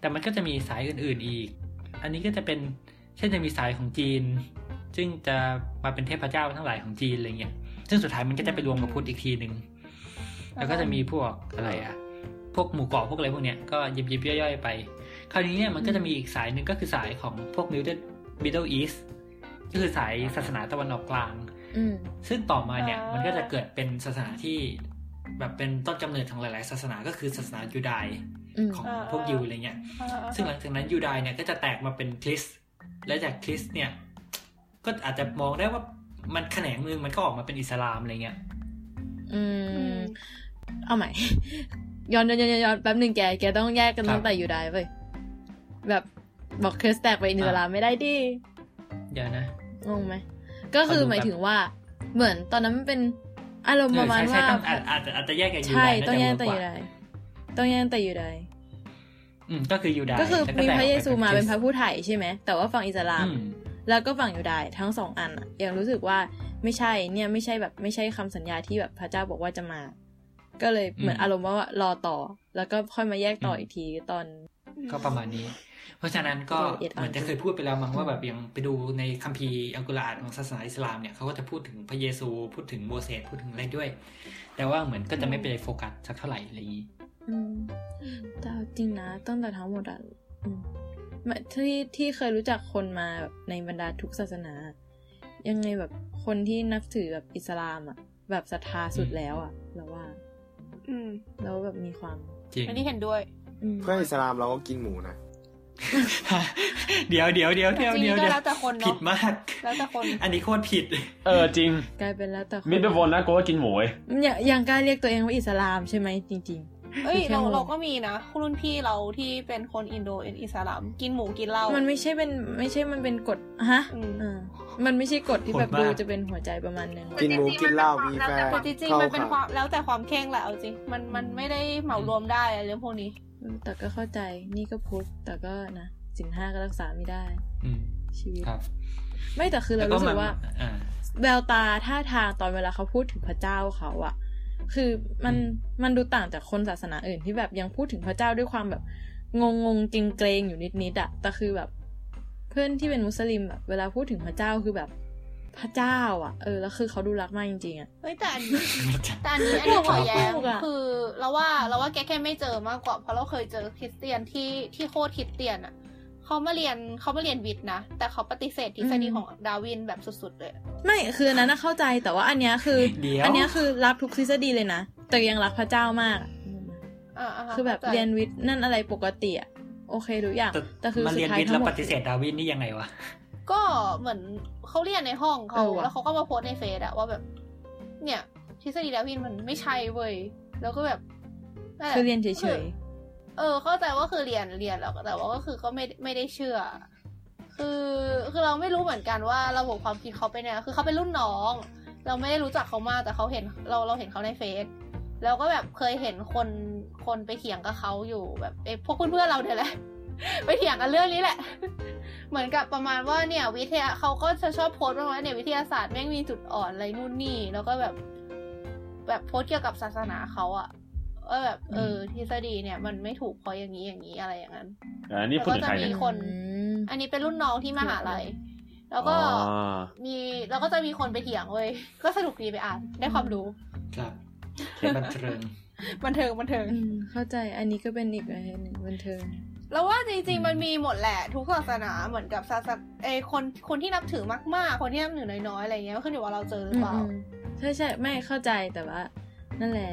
แต่มันก็จะมีสายอื่นๆอีก อันนี้ก็จะเป็น เช่นจะมีสายของจีน ซึ่งจะมาเป็นเทพเจ้าทั้งหลายของจีนอะไรเงี้ย ซึ่งสุดท้ายมันก็จะไปรวมกับพุทธอีกทีหนึ่ง แล้วก็จะมีพวกอะไรอะพวกหมู่เกาะพวกอะไรพวกเนี้ย ก็ยิบยิบๆย่อยๆไป คราวนี้เนี่ยมันก็จะมีอีกสายหนึ่งก็คือสายของพวก Middle Middle East ก็คือสายศาสนาตะวันออกกลาง
อืม
ซึ่งต่อมาเนี่ยมันก็จะเกิดเป็นศาสนาที่แบบเป็นต้นกำเนิดของหลาย ๆ ศาสนาก็คือศาสนายูดาย
อืม
ของพวกยิวอะไรเงี้ย
อ่าอ่าอ่า
ซึ่งหลังจากนั้นยูดายเนี่ยก็จะแตกมาเป็นคริสต์และจากคริสต์เนี่ย ก็อาจจะมองได้ว่ามันแขนงหนึงมันก็ออกมาเป็นอิสลามอะไรเงี้ย
อื
อื
ม
ม
เอาใหม่ ย้อนย้อนย้อนย้อนแป๊บหนึ่งแก แกต้องแยกกัน
ครับ
ตั้งแต่อยู่ได้เว้ย แบบบอกคริสแตกไปอินเดียลามไม่ได้ดิ
เดี๋ยวนะ
งงไหม ก็คื
ข
อ
อดู
หมาย
แป๊บ
ถึงว่า เหมือนตอนนั้นมันเป็นอารมณ์ประมาณ
เออใช่
ว่า
ใช่ต้องอาจอาจจะอาจจะแยกกับยู
ใช่
ดาย
ต้องแยกแต่
น่าจะเวิร์กก
อ
ว่า
ยู่ได้ต้องแยกแต่อยู่ได้
อืมก็คือยูดาย
ก็คือ
แล้ว
มี
แตก
พระเยซูมาเป็นพ
อ
ระ
อกไ
ผู้ไถ่ใช่ไหม แต่ว่าฝั่งอิสลาม
อืม
แล้วก็ฝั่งยูดายทั้งสองอันอะยังรู้สึกว่าไม่ใช่เนี่ยไม่ใช่แบบไม่ใช่คำสัญญาที่แบบพระเจ้าบอกว่าจะมา ก็เลยเหมือน
อืม
อารมณ์ว่ารอต่อ แล้วก็ค่อยมาแยกต่ออีกทีตอน
ก็ประมาณนี้ เพราะฉะนั้นก็
ละเอียดอ่อน
เหมือนจะเคยพูดไปแล้วมั้งว่าแบบอย่างไปดูในคัมภีร์อัลกุรอานของศาสนาอิสลามเนี่ยเขาก็จะพูดถึงพระเยซูพูดถึงโมเสสพูดถึงอะไรด้วย แต่ว่าเหมือนก็จะไม่ไปโฟกัสสักเท่าไหร่อะไรอย่างนี้
อืมแต่เอาจริงนะตั้งแต่ทั้งหมดอะอืมไม่ที่ที่เคยรู้จักคนมาแบบในบรรดาทุกศาสนา ยังไงแบบคนที่นับถือแบบอิสลามอะแบบศรัทธาสุดแล้วอะเราว่า
อืม
แล้วแบบมีความ
จริง
อันนี้เห็นด้วย
อืม
เพื่ออิสลามเราก็กินหมูนะ
เดี๋ยวเดี๋ยวเดี๋ยว
จ
เดี๋ยว
ริง
เดี๋ยว
ๆก็
เดี๋ย
แล้ว วแต่คน
ผิ
เนาะ
ดมาก
แล้วแต่คน
อันนี้โคตรผิด
เออจริง
กลายเป็นแล้วแต่คน
มิดเดิลโฟนนะกูก็กินหมูเว้ย
อย่างอย่างกล้ารเรียกตัวเองว่าอิสลามใช่ไหมจริง
เอ้ยเรา
แค่งง
เราก็มีนะรุ่นพี่เราที่เป็นคนอินโดอิสลามกินหมูกินเหล้า
ๆ มันไม่ใช่เป็นไม่ใช่มันเป็นกฎฮะ
อืม
อ่ามันไม่ใช่กฎที่แบบ
โหดมาก
ดูจะเป็นหัวใจประมาณนึง
กินหมูกินเหล้ามีแฟน
แต่จริง
ข้า
ๆ มันเป็น
ขา
ความแล้วแต่ความเข่งแหละเอาจริง มันมันไม่ได้เหมารวมได้อะเรื่องพวกนี้
แต่ก็เข้าใจนี่ก็พุทธแต่ก็นะสินห้าก็รักษาไม่ได้
อืม
ชีวิต
ครับ
ไม่แต่คือเรารู้สึกว่า
อ่า
แววตาท่าทางตอนเวลาเขาพูดถึงพระเจ้าเขาอะคือมัน
อืม
มันดูต่างจากคนศาสนาอื่นที่แบบยังพูดถึงพระเจ้าด้วยความแบบงงงๆเกรงเกรงๆอยู่นิดนิดๆอะแต่คือแบบ เพื่อนที่เป็นมุสลิมแบบเวลาพูดถึงพระเจ้าคือแบบพระเจ้าอะเออแล้วคือเขาดูรักมากจริงๆอะ
เฮ้ยแต่อันนี้แต่อันนี้อันนี้ขอแย้ง
ถูกอะ
คือเราว่าเราว่าแกแค่ไม่เจอมากกว่าเพราะเราเคยเจอคริสเตียนที่ที่โคตรคริสเตียนอะเขามาเรียนเขามาเรียนวิทย์นะ แต่เขาปฏิเสธทฤษฎีของดาร์วินแบบสุดๆเลย
ไม่คืออันนั้นนะเข้าใจแต่ว่าอันเนี้ยคือ
เดี๋ยว
อันเนี้ยคือรับทุกทฤษฎีเลยนะแต่ยังรักพระเจ้ามาก
อ่าๆฮะ
คือแบบ
ข้าใจ
เรียนวิทย์นั่นอะไรปกติอะโอเคทุกอย่าง
แต่
แต่คือ
มา
สุด
เรียน
ท้าย
วิทย์
ทั้
แล้
ง
ว
หม
ป
ด
ฏิเสธดาร์วินนี่ยังไงวะ
ก็เหมือนเขาเรียนในห้องเขา
เออว่ะ
แล้วเขาก็มาโพสต์ในเฟซอะว่าแบบ เนี่ยทฤษฎีดาร์วินมันไม่ใช่เว้ยแล้วก็แบบนั่นแหละ
คือเรียนเฉยๆ
เออ เข้าใจว่าคือเรียนเรียนแล้วแต่ว่าก็คือก็ไม่ไม่ได้เชื่อ คือคือเราไม่รู้เหมือนกันว่าระบบความคิดเขาเป็นยังไงคือเขาเป็นรุ่นน้อง เราไม่ได้รู้จักเขามากแต่เขาเห็นเราเราเห็นเขาในเฟซแล้วก็แบบเคยเห็นคนคนไปเถียงกับเขาอยู่แบบเอ้พวกเพื่อนๆเราเนี่ยแหละ ไปเถียงกันเรื่องนี้แหละ เหมือนกับประมาณว่าเนี่ย วิทยาเขาก็จะชอบโพสต์ประมาณว่าเนี่ยวิทยาศาสตร์แม่งมีจุดอ่อนอะไรนู่นนี่แล้วก็แบบ แบบโพสต์เกี่ยวกับศาสนาเขาอะ ว่าแบบเออทฤษฎีเนี่ยมันไม่ถูกเพราะอย่างนี้อย่างนี้อะไรอย่างนั้น
อ่านี่พูดถึงใครเนี่ย
มีคน อันนี้เป็นรุ่นน้องที่มหาลัย แล้วก็
อ๋อ
มีแล้วก็จะมีคนไปเถียงเว้ย ก็สนุกดีไปอ่าน ได้ความรู้
ครับเรียนบันเทิง
บันเทิงบันเทิง
อืมเข้าใจอันนี้ก็เป็นอีกประเภทหนึ่งบันเทิง
แล้วว่าจริงๆมันมีหมดแหละ ทุกศาสนาเหมือนกับศาสนาเอยคนคนที่นับถือมากๆ คนที่นับถือน้อยๆอะไรเงี้ยขึ้นอยู่ว่าเราเจอหรือเปล่า
อืมๆใช่ใช่ไม่เข้าใจแต่ว่า นั่นแหละ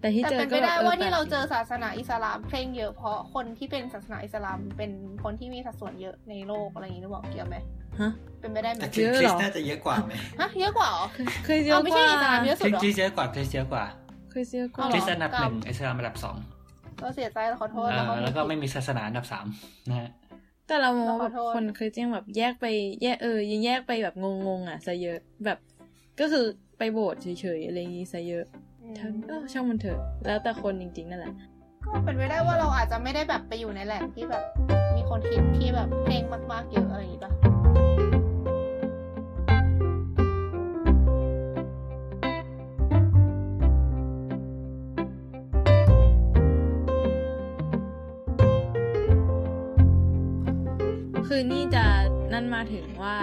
แต่ที่
แต่
เจอ
เป็น
ก็
ไปได้
แบบ
ว่าที่เราเจ
อ
อ
อ
ศาสนาอิสลามเคร่งเยอะเพราะคนที่เป็นศาสนาอิสลามเป็นคนที่มีสัดส่วนเยอะในโลกอะไรอย่างนี้หรือเปล่าเกี่ยวไหม
ฮะ
เป็นไปได้ไหม
แต่คริส
เยอะเหรอ
คริสน่าจะเยอะกว่าไหม
ฮะเยอะกว่าเหรอ
คือคือเยอะก
ไม่ใช่
ว่า
อิสลามเยอะสุดเหรอ
คริสเยอะกว่าคริสเยอะกว่า
คือเยอะกว่า
ค
เา
ริสอันดับหนึ่งอิสลามอันดับสอง
เราเสียใจเราขอโทษ
เอ
เราข
อ
อโทษ
แล้วก็ไม่มีศาสนาอันดับสามนะฮะ
แต่เรามองว่าแบบ
ขอโทษ
คนคือจริงแบบแยกไปแยกเออยังแยกไปแบบงงๆอ่ะซะเยอะแบบ ก็คือไปโบสถ์เฉยๆอะไรอย่างงี้ซะเยอะ
อืม
ทั้งเออช่างมันเถอะแล้วแต่คนจริงๆนั่นแหละ
ก็เป็นไปได้ว่าเราอาจจะไม่ได้แบบไปอยู่ในแหล่งที่แบบมีคนคิดที่แบบเพลงมากๆเยอะอะไรอย่างงี้ป่ะ
คือนี่จะนั่นมาถึงว่า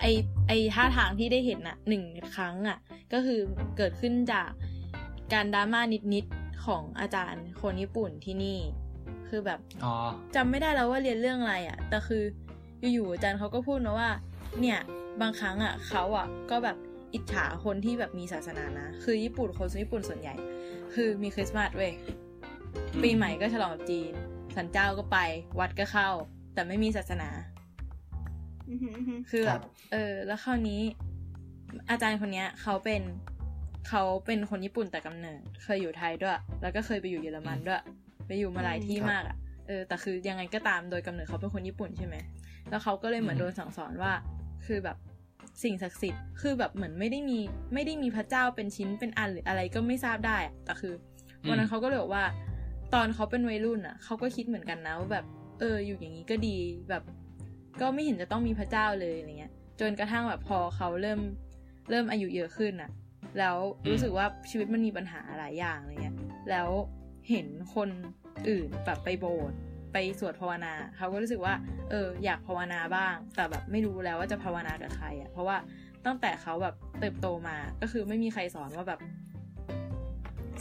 ไอไอท่าทางที่ได้เห็นน่ะหนึ่งครั้งอ่ะ ก็คือเกิดขึ้นจากการดราม่านิดๆของอาจารย์คนญี่ปุ่นที่นี่ คือแบบ
อ๋อ
จำไม่ได้แล้วว่าเรียนเรื่องอะไรอะ่ะ แต่คืออยู่ๆอาจารย์เขาก็พูดมาว่า เนี่ย บางครั้งอะ่ะเขาอะ่ะก็แบบอิจฉาคนที่แบบมีศาสนานะ คือญี่ปุ่นคนญี่ปุ่นส่วนใหญ่ คือมีคริสต์มาสเว้ย
อืม
ปีใหม่ก็ฉลองกับจีน สันเจ้าก็ไป วัดก็เข้า แต่ไม่มีศาสนา
อือหืออือหือ
คือ
ค
แบ
รั
บบ เออ แล้วคราวนี้ อาจารย์คนเนี้ยเขาเป็นเขาเป็นคนญี่ปุ่นแต่กำเนิด เคยอยู่ไทยด้วย แล้วก็เคยไปอยู่เยอรมันด้วย ไปอยู่มาหลายที่
ครับ
มากอ่ะ เออ แต่คือยังไงก็ตามโดยกำเนิดเขาเป็นคนญี่ปุ่นใช่ไหม แล้วเขาก็เลยเหมือน
อืม
โดนสั่งสอนว่า คือแบบสิ่งศักดิ์สิทธิ์ คือแบบเหมือนไม่ได้มีไม่ได้มีพระเจ้าเป็นชิ้นเป็นอันหรืออะไรก็ไม่ทราบได้อะแต่คือวันนั้นเขาก็เลยบอกว่า ตอนเขาเป็นวัยรุ่นอ่ะเขาก็คิดเหมือนกันนะว่าแบบ เอออยู่อย่างนี้ก็ดีแบบ ก็ไม่เห็นจะต้องมีพระเจ้าเลยอะไรเงี้ย จนกระทั่งแบบพอเขาเริ่มเริ่มอายุเยอะขึ้นน่ะ แล้วรู้สึกว่าชีวิตมันมีปัญหาหลายอย่างอะไรเงี้ย แล้วเห็นคนอื่นแบบไปโบสถ์ไปสวดภาวนา เขาก็รู้สึกว่า เออ อยากภาวนาบ้าง แต่แบบไม่รู้แล้วว่าจะภาวนากับใครอะ่ะ เพราะว่าตั้งแต่เขาแบบเติบโตมาก็คือไม่มีใครสอนว่าแบบ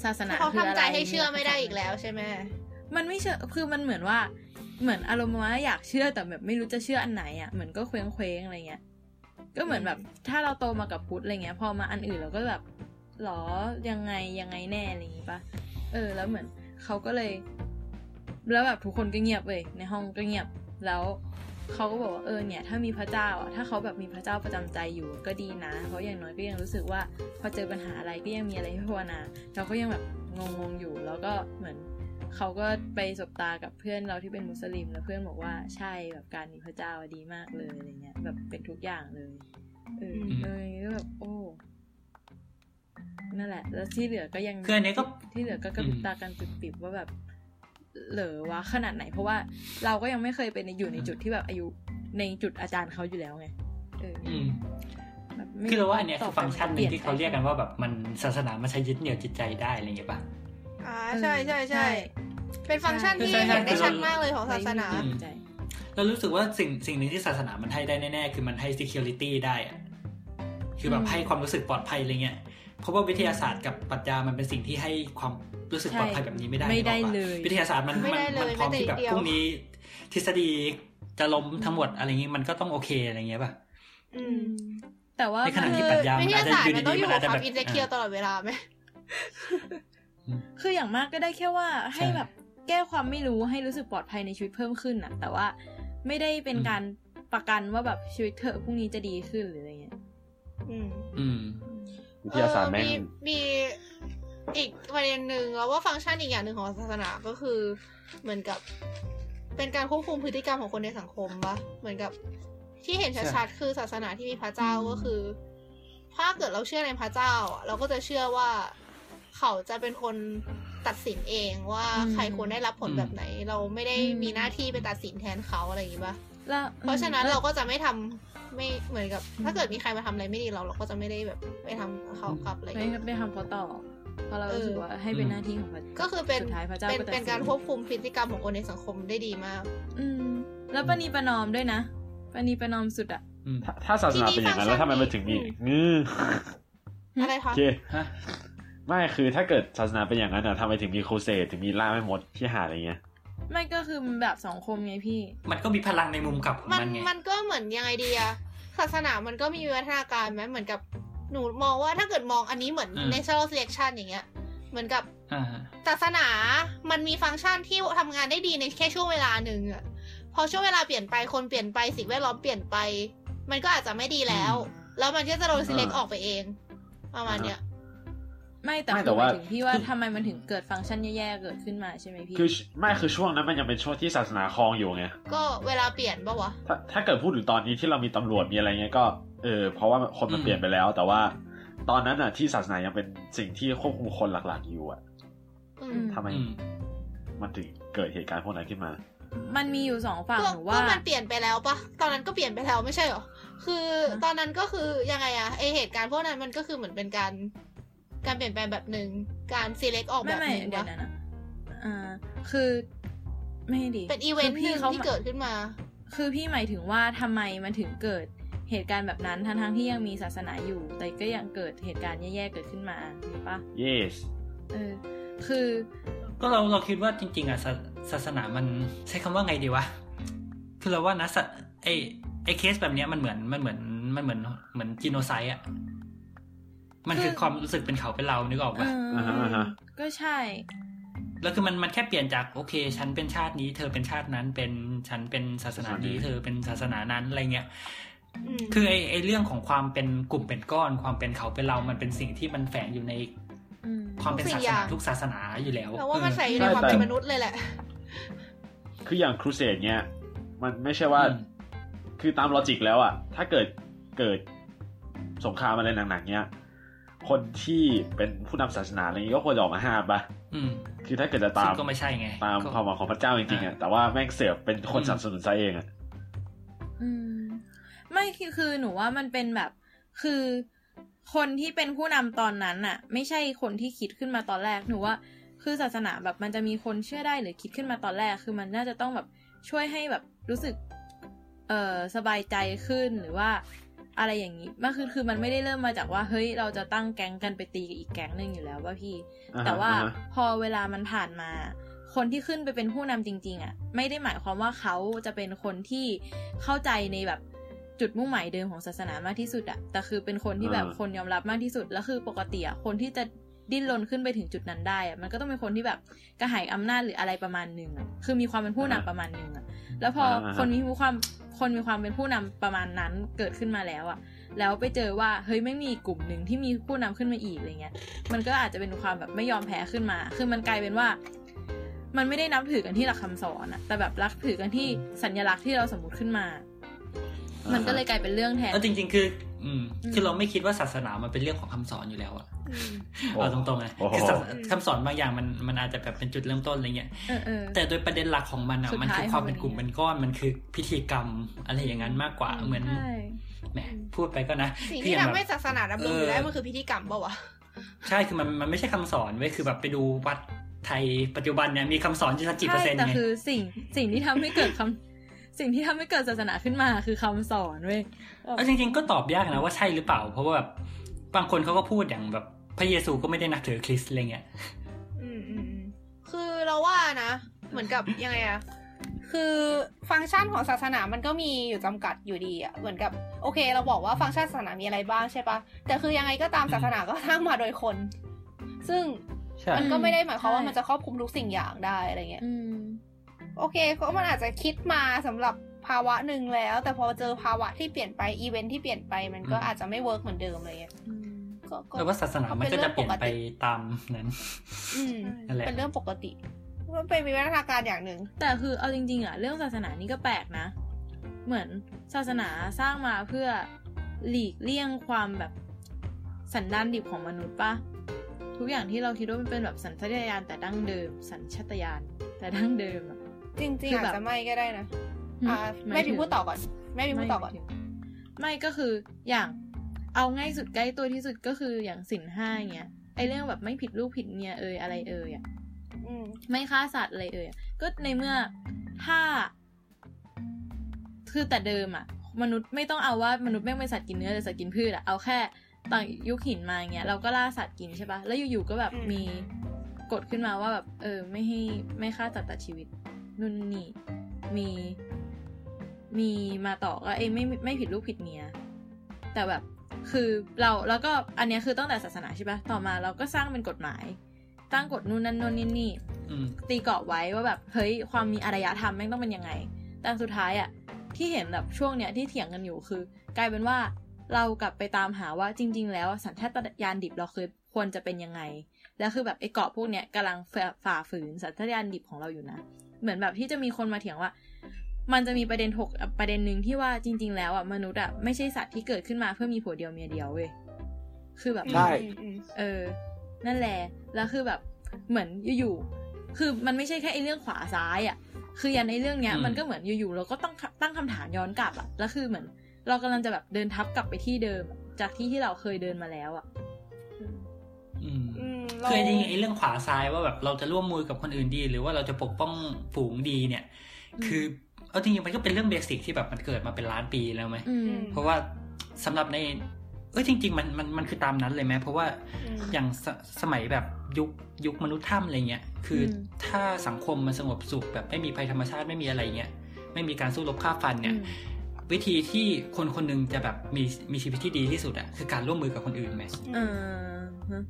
ศาสนา
เขา
คืออะไร
ทำใจให้เชื่อไม่ได้อีกแล้วใช่ไหม
มันไม่เชื่อ คือมันเหมือนว่า เหมือนอารมณ์ประมาณว่าอยากเชื่อแต่แบบไม่รู้จะเชื่ออันไหนอ่ะ เหมือนก็เคว้งเคว้งๆอะไรเงี้ย ก็เหมือนแบบถ้าเราโตมากับพุทธอะไรเงี้ย พอมาอันอื่นเราก็แบบหรอยังไงยังไงแน่อะไรอย่างงี้ปะเออ แล้วเหมือนเขาก็เลย แล้วแบบทุกคนก็เงียบเลยในห้องก็เงียบ แล้วเขาก็บอกว่าเออเนี่ย ถ้ามีพระเจ้าอ่ะถ้าเขาแบบมีพระเจ้าประจำใจอยู่ก็ดีนะเพราะอย่างน้อยก็ยังรู้สึกว่า พอเจอปัญหาอะไรก็ยังมีอะไรให้ภาวนา เราก็ยังแบบงงๆอยู่ แล้วก็เหมือนเขาก็ไปสบตากับเพื่อนเราที่เป็นมุสลิม แล้วเพื่อนบอกว่าใช่แบบการมีพระเจ้าอะดีมากเลยอะไรเงี้ย แบบเป็นทุกอย่างเลยเออ
อืม
เลยก็แบบโอ้นั่นแหละ แล้วที่เหลือก็ยัง
คืออันนี้ก็
ที่เหลือก็กระพริบ
อืม
ตากันปิบๆว่าแบบ เหลือวะขนาดไหน เพราะว่าเราก็ยังไม่เคยไปในอยู่ในจุดที่แบบอายุในจุดอาจารย์เขาอยู่แล้วไงเออ
อืม
แบบไม่
คือเราว่าอันเนี้ยคือฟังก์ชันหนึ่งที่เขาเรียกกัน
ว่า
ว่าแบบมันศาสนามันใช้ยึดเหนี่ยวจิตใจได้อะไรอย่างเงี้ยป่ะ
อ่าใช่ใช่ใช่เป็นฟังก์ชันที่
ใช่ใช่
เห็นได้ชัดมากเลยของศาสนา
อืม เรารู้สึกว่าสิ่งสิ่งหนึ่งที่ศาสนามันให้ได้แน่ ๆ คือมันให้ security ได้อะคือแบบ
อืม
ให้ความรู้สึกปลอดภัยอะไรเงี้ย เพราะว่าวิทยาศาสตร์กับปรัชญามันเป็นสิ่งที่ให้ความรู้สึกปลอดภัยแบบนี้ไม่ได้
ไม่ได้
นึกออกปะ
เลย
วิทยาศาสตร์มัน
ไม่
มัน
ได้เลย
มันพร้อม
แม้แต่
ที่แบบ
นิดเดียว
พรุ่งนี้ ทฤษฎีจะล้มทั้งหมดอะไรเงี้ยมันก็ต้องโอเคอะไรเงี้ยป่ะ
อื
อื
ม
มแต่ว่า
ในขณะ
มัน
ที่ปรัชญามั
วิ
น
ท
อาจ
ยา
จะ
ศาสตร์มันต้อง
อ
อยู่ยู่
ดีๆมัน
กับความ
อาจจะแบบ
อินเตอร์เคียวตลอดเวลาไหม
คืออย่างมากก็ได้แค่ว่าให้
ใช่
แบบแก้ความไม่รู้ให้รู้สึกปลอดภัยในชีวิตเพิ่มขึ้นน่ะ แต่ว่าไม่ได้เป็น
อืม
การประกันว่าแบบชีวิตเธอพรุ่งนี้จะดีขึ้นหรืออะไรเงี้ย
อืม
อืม
วิทยาศาสตร์แม่ง
เออมีอีกประเด็นหนึ่งแล้วว่าฟังก์ชันอีกอย่างหนึ่งของศาสนาก็คือ เหมือนกับ เป็นการควบคุมพฤติกรรมของคนในสังคมปะเหมือนกับที่เห็น
ใช่
ชัดๆคือศาสนาที่มีพระเจ้าก็คือ ถ้าเกิดเราเชื่อในพระเจ้าอะเราก็จะเชื่อว่าเขาจะเป็นคนตัดสินเองว่า
อืม
ใครควรได้รับผลแบบไหน เราไม่ได้มีหน้าที่ไปตัดสินแทนเขาอะไรอย่างงี้ปะ
แล้ว
เพราะฉะนั้น
อืม
เราก็จะไม่ทำไม่เหมือนกับ ถ้าเกิดมีใครมาทำอะไรไม่ดีเรา เราก็จะไม่ได้แบบไปทำกับเขากลับอะไรอย่าง
ไม่
เงี้ย
ไม่ทำเพราะต่อเพราะเรา
เออ
รู้สึกว่าให้เป็นหน้าที่ของพระ
ก็คือเป็น
สุดท้ายพระเจ้า
เป็น
ตัดสิ
เป็นการควบคุมพฤติกรรมของคนในสังคมได้ดีมาก
อืม แล้วปณีประนอมด้วยนะปณีประนอมสุดอะ
อืม
ถ้าถ้าศาสนาเป็นอย่างนั้นแล้วทำไมมันถึงมีงื้อ
อืม
อะไร
โอ
คะ
เค
ฮะ
ไม่คือถ้าเกิดศาสนาเป็นอย่างนั้นอะทำไมถึงมีครูเสดถึงมีล่าไม่มดที่หาดอะไรเงี้ย
ไม่ก็คือมันแบบสังคมไงพี่
มันก็มีพลังในมุมกลับของ
มัน
มันไง
มันก็เหมือนยังไงดีอะศาสนามันก็มีวิวัฒนาการไหมเหมือนกับหนูมองว่าถ้าเกิดมองอันนี้เหมือน
อืม
natural selection อย่างเงี้ย เหมือนกับ
อ่า
ศาสนา มันมีฟังก์ชันที่ทำงานได้ดีในแค่ช่วงเวลาหนึ่งอะพอช่วงเวลาเปลี่ยนไป คนเปลี่ยนไป สิ่งแวดล้อมเปลี่ยนไป มันก็อาจจะไม่ดีแล้ว
อืม
แล้วมันก็จะโดนซีเล็ก
อ่า
ออกไปเอง ประมาณเนี้ย
ไม่แต่
ไม่
คื
แต่
อห
ว่า
มายถึงพี่ว่าทำไมมันถึงเกิดฟังก์ชันแย่ๆเกิดขึ้นมาใช่ไหมพี่
คือไม่คือช่วงนั้นมันยังเป็นช่วงที่ศาสนาครองอยู่ไง
ก็เวลาเปลี่ยนปะวะ
ถ้าถ้าเกิดพูดถึงตอนนี้ที่เรามีตำรวจมีอะไรเงี้ยก็เออเพราะว่าคนมัน
อืม
เปลี่ยนไปแล้ว แต่ว่าตอนนั้นอ่ะที่ศาสนายังเป็นสิ่งที่ควบคุมคนหลักๆอยู่อ่ะ
อื
อื
ม
ม
ทำไม
อืม
มันถึงเกิดเหตุการณ์พวกนั้นขึ้นมา
มันมีอยู่สองฝั่ง
ก็
หนู
ก็
ว่า
มันเปลี่ยนไปแล้วปะตอนนั้นก็เปลี่ยนไปแล้วไม่ใช่เหรอ คือ
ฮะ
ตอนนั้นก็คือยังไงอะไอเหตุการณ์พวกนั้นมันก็คือเหมือนเป็นการ การเปลี่ยนแปลงแบบหนึ่ง การซีเล็กออกแบ
ไม่
บ
ไม่
หนึ่ง
เดี๋ยว
วะ
นะนะอ่าคือไม่ดี
เป็นอีเวนต์
คื
ห
พี่
นึ่ง
ขา
ที่เกิดขึ้นมา
คือพี่หมายถึงว่าทำไมมันถึงเกิดเหตุการณ์แบบนั้นทั้งทั้งๆที่ยังมีศาสนาอยู่ แต่ก็ยังเกิดเหตุการณ์แย่ๆเกิดขึ้นมาถูกปะ
yes
เออ คือ
ก็เราเราคิดว่าจริง ๆอ่ะศาศาสนามันใช้คำว่าไงดีวะ คือเราว่านะศาไอไอเคสแบบเนี้ยมันเหมือนมันเหมือนมันเหมือนเหมือนจีโนไซด์อ่ะ มันคือความรู้สึกเป็นเขาเป็นเรานึกออก
เอ
ปะ
อ
อ่าฮะอ่าฮะ
ก็ใช่
แล้วคือมันมันแค่เปลี่ยนจากโอเค ฉันเป็นชาตินี้ เธอเป็นชาตินั้นเป็นฉันเป็นศาสนานี้ เธอเป็นศาสนานั้นอะไรเงี้ย
อืม
คือไอไอเรื่องของความเป็นกลุ่มเป็นก้อน ความเป็นเขาเป็นเรา มันเป็นสิ่งที่มันแฝงอยู่ใน
อืม
ความเป็นศา
ทุก
ส
สิ่งอย่า
นา
ง
ทุกศาสนาอยู่แล้ว
เราว่ามันใส่อยู่ใน
ใช่
ความ
แต่
เป็นมนุษย์เลยแหละ
คืออย่างครูเสดเนี้ยมันไม่ใช่ว่า
อืม
คือตามลอจิกแล้วอะถ้าเกิดเกิดสงครามอะไรหนักๆเนี้ย คนที่เป็นผู้นำศาสนาอะไรนี้ก็ควรจะออกมาห้ามปะ
อืม
คือถ้าเกิดจะตา
ซึ่
ม
งก็ไม่ใช่ไง
ตาม
ก็
ความหวังของพระเจ้าจริงๆอะ
อ่า
แต่ว่าแม่งเสือกเป็นคนสนับสนุนซะเองอะ
อืมไม่คือคือหนูว่ามันเป็นแบบ คือคนที่เป็นผู้นำตอนนั้นน่ะ ไม่ใช่คนที่คิดขึ้นมาตอนแรกหนูว่า คือศาสนาแบบมันจะมีคนเชื่อได้หรือคิดขึ้นมาตอนแรก คือมันน่าจะต้องแบบช่วยให้แบบรู้สึก เออสบายใจขึ้นหรือว่า อะไรอย่างนี้มันคือคือมันไม่ได้เริ่มมาจากว่า เฮ้ยเราจะตั้งแก๊งกันไปตีกับอีกแก๊งหนึ่งอยู่แล้วว่าพี่
อ่ฮะ
แต่ว่า
อ่ฮะ
พอเวลามันผ่านมา คนที่ขึ้นไปเป็นผู้นำจริง ๆ อ่ะ ไม่ได้หมายความว่าเขาจะเป็นคนที่เข้าใจในแบบจุดมุ่งหมายเดิมของศาสนามากที่สุดอ่ะแต่คือเป็นคนที่แบบ
อ่า
คนยอมรับมากที่สุดแล้วคือปกติอ่ะคนที่จะดิ้นรนขึ้นไปถึงจุดนั้นได้อ่ะมันก็ต้องเป็นคนที่แบบกระหายอำนาจหรืออะไรประมาณหนึ่งอ่ะคือมีความเป็นผู้นำประมาณหนึ่งอ่ะแล้วพอคนมีความคนมีความเป็นผู้นำประมาณนั้นเกิดขึ้นมาแล้วอ่ะ แล้วไปเจอว่าเฮ้ยไม่งมีอีกกลุ่มหนึ่งที่มีผู้นำขึ้นมาอีกอะไรเงี้ย มันก็อาจจะเป็นความแบบไม่ยอมแพ้ขึ้นมา คือมันกลายเป็นว่า มันไม่ได้นับถือกันที่หลักคำสอนอะแต่แบบรักถือกันที่สัญลักษณ์ที่เราสมมติขึ้นมา
อ่าฮะ
มันก็เลยกลายเป็นเรื่องแทน
แล้วจริง ๆ คือ อืม
อืม
คือเราไม่คิดว่าศาสนามันเป็นเรื่องของคำสอนอยู่แล้วอะ
โอ้
เอาตรงๆนะ
โอ้โห
คือศาสคำสอนบางอย่างมันมันอาจจะแบบเป็นจุดเริ่มต้นอะไรเงี้ย
เออเออ
แต่โดยประเด็นหลักของมันอ่ะ
สุด
มันคื
ท้าย
อความเป็น
ข
ก
องมัน
ลุ่มเป็นก้อนมันคือพิธีกรรมอะไรอย่างนั้นมากกว่าเหมือน
ใช่
แหมพูดไปก็นะ
สิ่ง
คือ
ที่
อย่า
ทำให้
แบบ
ศาสนาดำรงอยู่ได้
เออ
มันคือพิธีกรรมเปล่าวะ
ใช่คือมันมันไม่ใช่คำสอนเว้ยคือแบบไปดูวัดไทยปัจจุบันเนี่ยมีคำสอนอยู่สักกี่เปอร์
ใช่
เซ็นต์
แต่
ไง
คือสิ่งสิ่งที่ทำให้เกิดคำสิ่งที่ทำให้เกิดศาสนาขึ้นมาคือคำสอนเว้ย
เอาจริง ๆ ก็ตอบยากนะว่าใช่หรือเปล่า เพราะว่าแบบบางคนเขาก็พูดอย่างแบบพระเยซูก็ไม่ได้นับถือคริสต์อะไรเงี้ย
อืมอืมอืมคือเราว่านะ เหมือนกับ ยังไงอะคือฟังก์ชันของศาสนามันก็มีอยู่จำกัดอยู่ดีอะเหมือนกับโอเค เราบอกว่าฟังก์ชันศาสนามีอะไรบ้างใช่ปะแต่คือยังไงก็ตามศาสนาก็สร้างมาโดยคน ซึ่ง
ใช่
มันก็ไม่ได้หมายความว่า
ใช่
มันจะครอบคลุมทุกสิ่งอย่างได้อะไรเงี้ย
อืม
โอเคก็มันอาจจะคิดมาสำหรับภาวะหนึ่งแล้ว แต่พอเจอภาวะที่เปลี่ยนไปอีเวนท์ที่เปลี่ยนไปมันก็
อืม
อาจจะไม่เวิร์กเหมือนเดิมอะไรเงี้ยก็ก็
แล้วว่าศาสนามันก็จะเปลี่ยนไปตามนั้น
อืม
นั่นแหละ
เป็นเรื่องปกติมันเป็นวิวัฒนาการอย่างหนึ่ง
แต่คือเอาจริงๆอะเรื่องศาสนานี่ก็แปลกนะ เหมือนศาสนาสร้างมาเพื่อหลีกเลี่ยงความแบบสันดานดิบของมนุษย์ปะทุกอย่างที่เราคิดว่ามันเป็นแบบสัญชาตญาณแต่ดั้งเดิม สัญชาตญาณแต่ดั้งเดิมอะ
จริง
คื
ๆ
อ
อา
แบบ
จจะไม่ก็ได้นะ อ่าแม่พิมพ์พูดต่อก่อนแม่พิมพ์พูดต่อก่อน
ไม่ไม่ก็คืออย่างเอาง่ายสุดใกล้ตัวที่สุดก็คืออย่างสินห้าเงี้ยไอเรื่องแบบไม่ผิดลูกผิดเมียเอยอะไรเอยอะ
อืม
ไม่ฆ่าสัตว์อะไรเอ่ยอะก็ในเมื่อถ้า คือแต่เดิมอะมนุษย์ไม่ต้องเอาว่ามนุษย์แม่งเป็นสัตว์กินเนื้อหรือสัตว์กินพืชอะเอาแค่ต่างยุคหินมาอย่างเงี้ยเราก็ล่าสัตว์กินใช่ปะแล้วอยู่ๆก็แบบ
อืม
มีกฎขึ้นมาว่าแบบ เออ ไม่ให้ไม่ฆ่าสัตว์ตัดชีวิตนู่นนี่มีมีมาต่อก็เอ้ยไม่ไม่ผิดลูกผิดเมียแต่แบบคือเราแล้วก็อันเนี้ยคือตั้งแต่ศาสนาใช่ปะต่อมาเราก็สร้างเป็นกฎหมาย ตั้งกฎนู่นนั่นนู่นนี่นี่
อืม
ตีกรอบไว้ว่าแบบเฮ้ยความมีอารยธรรมแม่งต้องเป็นยังไง แต่สุดท้ายอะที่เห็นแบบช่วงเนี้ยที่เถียงกันอยู่คือ กลายเป็นว่าเรากลับไปตามหาว่าจริง ๆ แล้วสัญชาตญาณดิบเราเคยควรจะเป็นยังไง แล้วคือแบบไอ้กรอบพวกเนี้ยกำลังฝ่าฝ่าฝืนสัญชาตญาณดิบของเราอยู่นะ เหมือนแบบที่จะมีคนมาเถียงว่า มันจะมีประเด็นถกประเด็นหนึ่งที่ว่าจริง ๆ แล้วอะมนุษย์อะไม่ใช่สัตว์ที่เกิดขึ้นมาเพื่อมีผัวเดียวเมียเดียวเว้ยคือแบบ
ใช่
อืมอืม
เออ นั่นแหละ แล้วคือแบบเหมือนอยู่ๆ คือมันไม่ใช่แค่ไอ้เรื่องขวาซ้ายอะ่ะ คืออย่างในเรื่องเนี้ย
อืม
มันก็เหมือนอยู่ๆ เราก็ต้องตั้งคำถามย้อนกลับอะ่ะ แล้วคือเหมือน เรากำลังจะแบบเดินทับกลับไปที่เดิม จากที่ที่เราเคยเดินมาแล้วอะ่ะ
อืม
อืม
เคยจริงๆ
เ
ไอ้เรื่องขวาซ้ายว่าแบบเราจะร่วมมือกับคนอื่นดี หรือว่าเราจะปกป้องฝูงดีเนี่ย
อืม
คือ เอาจริงๆมันก็เป็นเรื่องเบสิกที่แบบมันเกิดมาเป็นล้านปีแล้วไหม
อืม
เพราะว่าสำหรับใน เอ้ยจริง ๆ มันมันมันคือตามนั้นเลยไหมเพราะว่า
อืม
อย่างสสมัยแบบยุคยุคมนุษย์ถ้ำอะไรเงี้ยคืออ
ม
ถ้าสังคมมันสงบสุขแบบไม่มีภัยธรรมชาติไม่มีอะไรเงี้ยไม่มีการสู้รบฆ่าฟันเนี่ย
อืม
วิธีที่คนคนหนึงจะแบบมีมีชีวิตที่ดีที่สุดอะคือการร่วมมือกับคนอื่นไหม
อ่าฮะ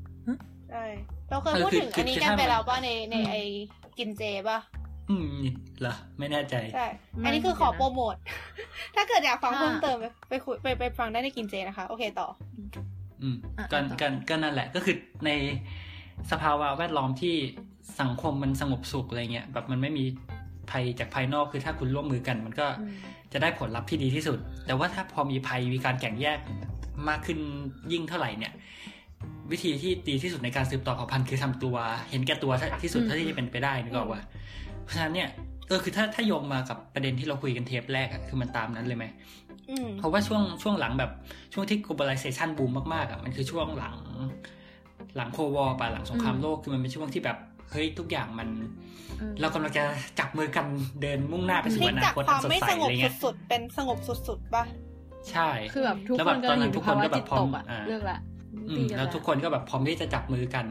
ใช่เราเคย
เออ
พูด
คือ
ถึง
คือ
อันนี้
คือ
กัน
ถ้า
ไป
มัน
แล้วป่ะในในไอกินเจป่ะ
อืมเหรอไม่แน่ใจ
ใช่
ไม่
อันนี้คือขอ
เดี๋ยวนะ
โปรโมท ถ้าเกิดอยากฟัง
อ่า
เพิ่มเติมไปไปคุยไปไปฟังได้ในกินเจนะคะ โอเคต่อ
อืม
อ่ะ
กัน
ต่อ
กันก็นั่นแหละก็คือในสภาวะแวดล้อมที่สังคมมันสงบสุขอะไรเงี้ยแบบมันไม่มีภัยจากภายนอกคือถ้าคุณร่วมมือกันมันก็
อืม
จะได้ผลลัพธ์ที่ดีที่สุด แต่ว่าถ้าพอมีภัยมีการแข่งแยกมากขึ้นยิ่งเท่าไหร่เนี่ย วิธีที่ดีที่สุดในการสืบต่อเผ่าพันธุ์คือทำตัว เห็นแก่ตัวที่สุด
อืม
เท่าที่จะเป็นไปได้นึกออกว่า เพราะฉะนั้นเนี่ยเออคือถ้าถ้าโยงมากับประเด็นที่เราคุยกันเทปแรกอะคือมันตามนั้นเลยไหม
อืม
เพราะว่าช่วงช่วงหลังแบบช่วงที่ globalization บูมมากๆอ่ะมันคือช่วงหลังหลังโควอป่ะหลังสงคราม
อืม
โลกคือมันเป็นช่วงที่แบบเฮ้ยทุกอย่างมัน
เออ
เรากำลังจะจับมือกันเดินมุ่งหน้าไปสู่
พลิ
อ
ก
นา
จาก
คต
ควา
อั
ม
นสด
ไม่
ใส
สง
อะ
บ
ไรเงี้ย
สุดๆ เป็นสงบสุดๆป่ะ
ใช่
คือแบบทุก
แล้ว
ค
แบบ
นกำลังอยู่ในภา
ตอน
วะ
นั้นทุกคนก็แบบ
จิตตกอ่ะ
พร้อมอ่า
เลิกละ
อืม
ตีกั
แล้วทุกคนก็แบบพร้อมที่จะจับมือกัน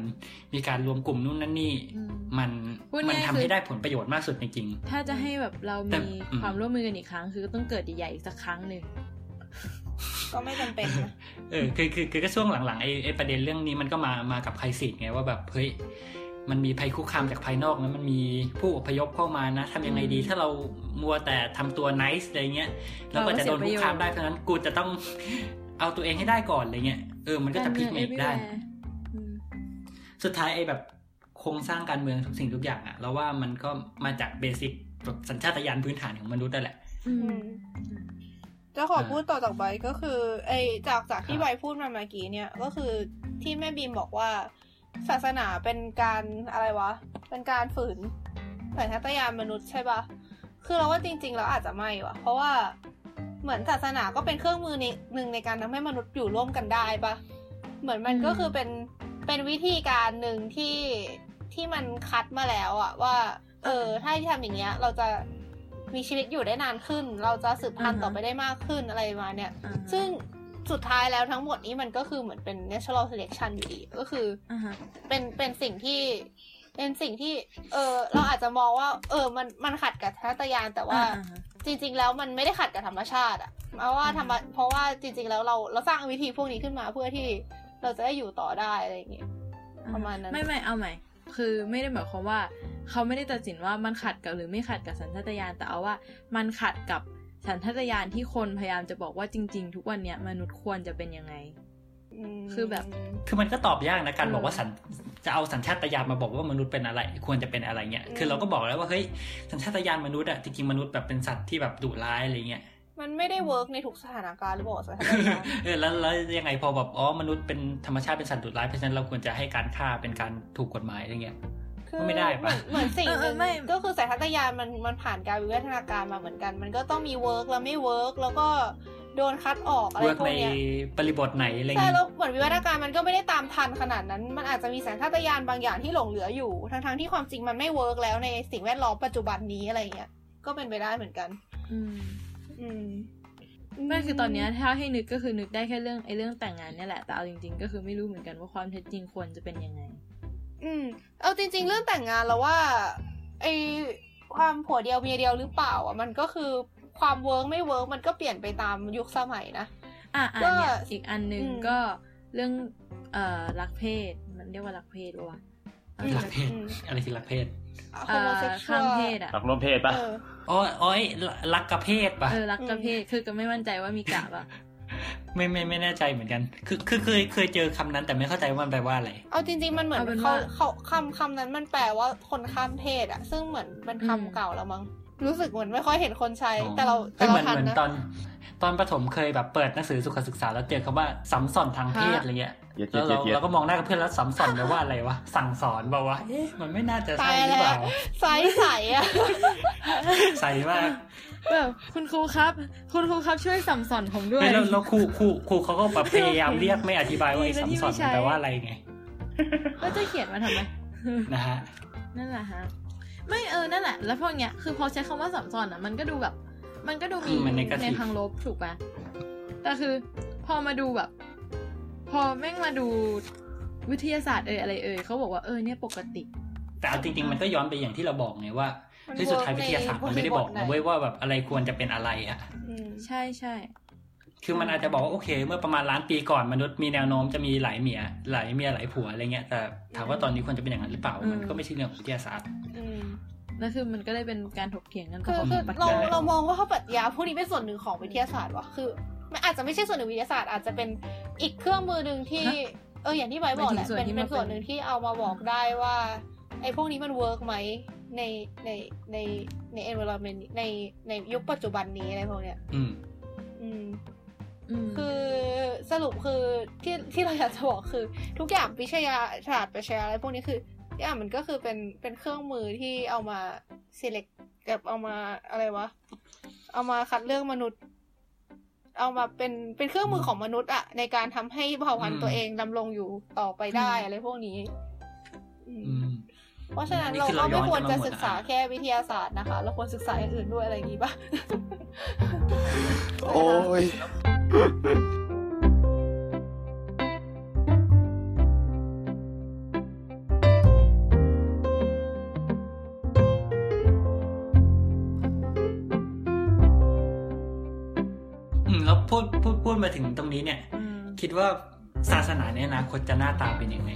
มีการรวมกลุ่มนู่นนั่นนี่
อืม
มัน
พูดง่า
มั
ยๆ
นทำ
คือ
ให้ได้ผลประโยชน์มากสุดจริง
ถ้าจะให้แบบเรา
แต่
มี
อืม
ความร่วมมือกันอีกครั้ง คือต้องเกิดใหญ่ๆอีกสักครั้งหนึ่ง
ก็ไม่จำเป็นนะ
เออคือคือคือก็ช่วงหลังๆไอ้ไอ้ประเด็นเรื่องนี้มันก็มามากับไครสิทธ์ไงว่าแบบเฮ้ยมันมีภัยคุกคามจากภายนอกนะมันมีผู้อพยพเข้ามานะทำยังไงดี
อืม
ถ้าเรามัวแต่ทำตัว nice อะไรเงี้ยเราก็
เราก็
จะโดนคุกคาม
เสียประโยชน์
ได้เพราะฉะนั้นกูจะต้อง เอาตัวเองให้ได้ก่อนอะไรเงี้ยเออมันก็จะพลิกมาอีกด้าน
อืม
สุดท้ายไอ้แบบโครงสร้างการเมืองทุกสิ่งทุกอย่างอะเราว่ามันก็มาจากเบสิกแบบสัญชาตญาณพื้นฐานของมนุษย์นั่นแหละ
อื
อื
ม
มจะขอ
เออ
พูดต่อจากใบร์ทก็คือไอยจากจากที่
ครับ
ใบร์ทพูดมาเมื่อกี้เนี่ยก็คือที่แม่บีมบอกว่า ศาสนาเป็นการอะไรวะ เป็นการฝืนสัญชาตญาณมนุษย์ใช่ปะคือเราว่าจริง ๆ แล้วอาจจะไม่วะเพราะว่าเหมือนศาสนาก็เป็นเครื่องมือในหนึ่งในการทำให้มนุษย์อยู่ร่วมกันได้ปะเหมือนมัน
อืม
ก็คือเป็นเป็นวิธีการหนึ่งที่ที่มันคัดมาแล้วอะว่า เออ ถ้าทำอย่างเงี้ย เราจะมีชีวิตอยู่ได้นานขึ้น เราจะสืบพันธุ์ต่อไปได้มากขึ้นอะไรประมาณเนี่ย
อ่าฮะ
ซึ่งสุดท้ายแล้วทั้งหมดนี้มันก็คือเหมือนเป็น natural selection อยู่ดี ก็คืออ
อ่าฮะ
เป็นเป็นสิ่งที่เป็นสิ่งที่ เออเราอาจจะมองว่า เออ มันมันขัดกับทัตยานแต่ว่า
อ่าฮะ
จริง ๆ แล้วมันไม่ได้ขัดกับธรรมชาติอะเพราะว่าธรรมเพราะว่าจริง ๆ แล้วเราเราสร้างวิธีพวกนี้ขึ้นมาเพื่อที่เราจะได้อยู่ต่อได้อะไรอย่างเงี้ย ประมาณนั้น
ไม่ไม่เอาใหม่ คือไม่ได้หมายความว่า เขาไม่ได้ตัดสินว่ามันขัดกับหรือไม่ขัดกับสัญชาตญาณแต่เอาว่า มันขัดกับสัญชาตญาณที่คนพยายามจะบอกว่าจริง ๆ ทุกวันเนี้ยมนุษย์ควรจะเป็นยังไง
ม
คือแบบ
คือมันก็ตอบยากนะการ
เออ
บอกว่าสัญจะเอาสัญชาตญาณมาบอกว่ามนุษย์เป็นอะไร ควรจะเป็นอะไรเงี้ย
อืม
คือเราก็บอกแล้วว่าเฮ้ยสัญชาตญาณมนุษย์อะจริงๆมนุษย์แบบเป็นสัตว์ที่แบบดุร้ายอะไรเงี้ย
มันไม่ได้เวิร์กในทุกสถานการณ์หรือเป ล่าสถานการณ์
เออแล้วแล้วยังไงพอแบบอ๋อมนุษย์เป็นธรรมชาติเป็นสัตว์ดุร้ายเพราะฉะนั้นเราควรจะให้การฆ่าเป็นการถูกกฎหมายอะไรเงี้ย
คือ
ไม่ได้ปะ
เหมือนเหมือนสิ่ง
เออ
ห
เอ
นึ่
อง ไม่
ก็คือสายทัตยานมันมันผ่านการวิวัฒนาการมาเหมือนกัน มันก็ต้องมีเวิร์กแล้วไม่เวิร์กแล้วก็โดนคัดออกอะไร
เวิร์ก
พว
ใน
กเนี้ย
บริบทไหนอะไร
ใช่
เงี้ย
แล้วเหมือนวิวัฒนาการมันก็ไม่ได้ตามทันขนาดนั้น มันอาจจะมีสายทัตยานบางอย่างที่หลงเหลืออยู่ ทั้งๆที่ความจริงมันไม่เวิร์กแล้วในสิ่งแวดล้อมปัจจุบันนี้อะไรเงี้ยก็เป็นไปได้เหมือนกัน
อืม
อืม
ไม่คือตอนเนี้ยถ้าให้นึกก็คือนึกได้แค่เรื่องไอ้เรื่องแต่งงานเนี่ยแหละแต่เอาจริง ๆ ก็คือไม่รู้เหมือนกันว่าความเท็จจริงควรจะเป็นยังไง
อืมเอาจริง ๆ เรื่องแต่งงานแล้วว่าไอความผัวเดียวเมียเดียวหรือเปล่าอ่ะมันก็คือความเวิร์กไม่เวิร์กมันก็เปลี่ยนไปตามยุคสมัยนะ
อ่ะอัน
ก็
เนี่ยอีกอันหนึง
อืม
ก็เรื่องเอ่อรักเพศมันเรียกว่ารักเพศปะวะ
อืม
หลักเพศอะไรคือหลักเพศ
เอ่อข้ามเพศอ่ะ
รักร่วมเพศปะ
เออ
อ๋ออ๋อไอ้รักกับเพศปะ
เออรักกระเพศคือก็ไม่มั่นใจว่ามีกะปะ
ไม่ไม่ไม่แน่ใจเหมือนกัน คือคือเคยเคยเจอคำนั้นแต่ไม่เข้าใจว่ามันแปลว่าอะไร
เอาจริง ๆ มันเหมือน
เอาเป็น
เขา
ว่า
เขาคำคำนั้นมันแปลว่าคนข้ามเพศอะซึ่งเหมือนเป็น
อืม
คำเก่าแล้วมั้งรู้สึกเหมือนไม่ค่อยเห็นคนใช้
อ๋อ
แต่เรา
เอ้
แต่
ย
เรา
เหมือนเห
ทัน
มือน
นะ
ตอน ตอนประถมเคยแบบเปิดหนังสือสุขศึกษาแล้วเจอคำว่าสัมสอนทางเพศอะไรเงี้ย
เย็ด
แล้
เย็
ว
ด
เรา
เย็ด
เราก็มองหน้ากับเพื่อนแล้วสัมสอนแปลว่าอะไรวะ สั่งสอนบอกว่าวะเอ๊ะมันไม่น่าจะ
ตา
ใช่
ย
หรือ
แล้
เป
ว
ล่า
ใสใสๆอะ
ใส่มาก
แบบคุณครูครับ คุณครูครับช่วยสั่งสอนผมด้วย
เฮ้ยแล้วแล้วครูครูครูเขาก็แบบพยายามเรียกไม่อธิบายว่าไอ้
ดี
สั
นะ
ม
ที่
สอน
ไม่ใช้
มันแปลว่าอะไรไง
ก็จะเขียนมาทำไม
นะฮะ
นั่นแหละฮะ ไม่เออนั่นแหละ แล้วพวกเนี้ยคือพอใช้คำว่าสับสนอ่ะ มันก็ดูแบบ มันก็ดูมี
อืมมัน negative
ในทางลบถูกปะแต่คือพอมาดูแบบ พอแม่งมาดูวิทยาศาสตร์เอออะไรเออเขาบอกว่าเออเนี่ยปกติ
แต่เอาจริง ๆ มันก็ย้อนไปอย่างที่เราบอกไงว่า
มัน
เฮ้ยสุดท้ายวิทยาศาสตร์มันไม่ได้บอกนะเว้ยว่าแบบอะไรควรจะเป็นอะไรอะ
อืม
ใช่ใช่
คือมันอาจจะบอกว่าโอเค เมื่อประมาณล้านปีก่อนมนุษย์มีแนวโน้มจะมีหลายเมียหลายเมียหลายผัวอะไรเงี้ยแต่ถามว่าตอนนี้ควรจะเป็นอย่างนั้นหรือเปล่ามันก็ไม่ใช่เรื่องของวิทยาศาสตร์
อืม
แล้วคือมันก็เลยเป็นการถกเถียงกัน
คือ
ของ
คือ
ปรัช
เรา
ญา
เรามองว่าปรัชญาพวกนี้เป็นส่วนหนึ่งของวิทยาศาสตร์ว่ะคือมันอาจจะไม่ใช่ส่วนหนึ่งวิทยาศาสตร์อาจจะเป็นอีกเครื่องมือหนึ่งที่เอออย่างที่ไบร์ทบอกแหละเป็นเป็นส่วนหนึ่งที่เอามาบอกได้ว่าไอ้พวกนี้มันเวิร์กไหมในในในใน environment ในในยุคปัจจุบันนี้อะไรพวกเนี้ย
อืม
อืม
ม
คือสรุปคือที่ที่เราอยากจะบอกคือ ทุกอย่างวิทยาศาสตร์ปรัชญาอะไรพวกนี้คือทุกอย่างมันก็คือเป็นเป็นเครื่องมือที่เอามา select แบบเอามาอะไรวะ เอามาคัดเลือกมนุษย์ เอามาเป็นเป็นเครื่องมือของมนุษย์อะในการทำให้เผ่าพันธุ์
อืม
ตัวเองดำรงอยู่ต่อไปได้อะไรพวกนี้อืม
อืม
เพราะฉะนั้น
นี่
เรา
คือ
ก็
เราย้อ
ไม่
น
ควร
กั
จะ
นมาหมด
ศึกษา
อะ
แค่วิทยาศาสตร์นะคะ เราควรศึกษาอย่างอื่นด้วยอะไรอย่างนี้ปะ
โอ้ย
อืมแล้วพูดพูดพูดมาถึงตรงนี้เนี่ย
อืม
คิดว่าศาสนาในอนาคตจะหน้าตาเป็นยังไง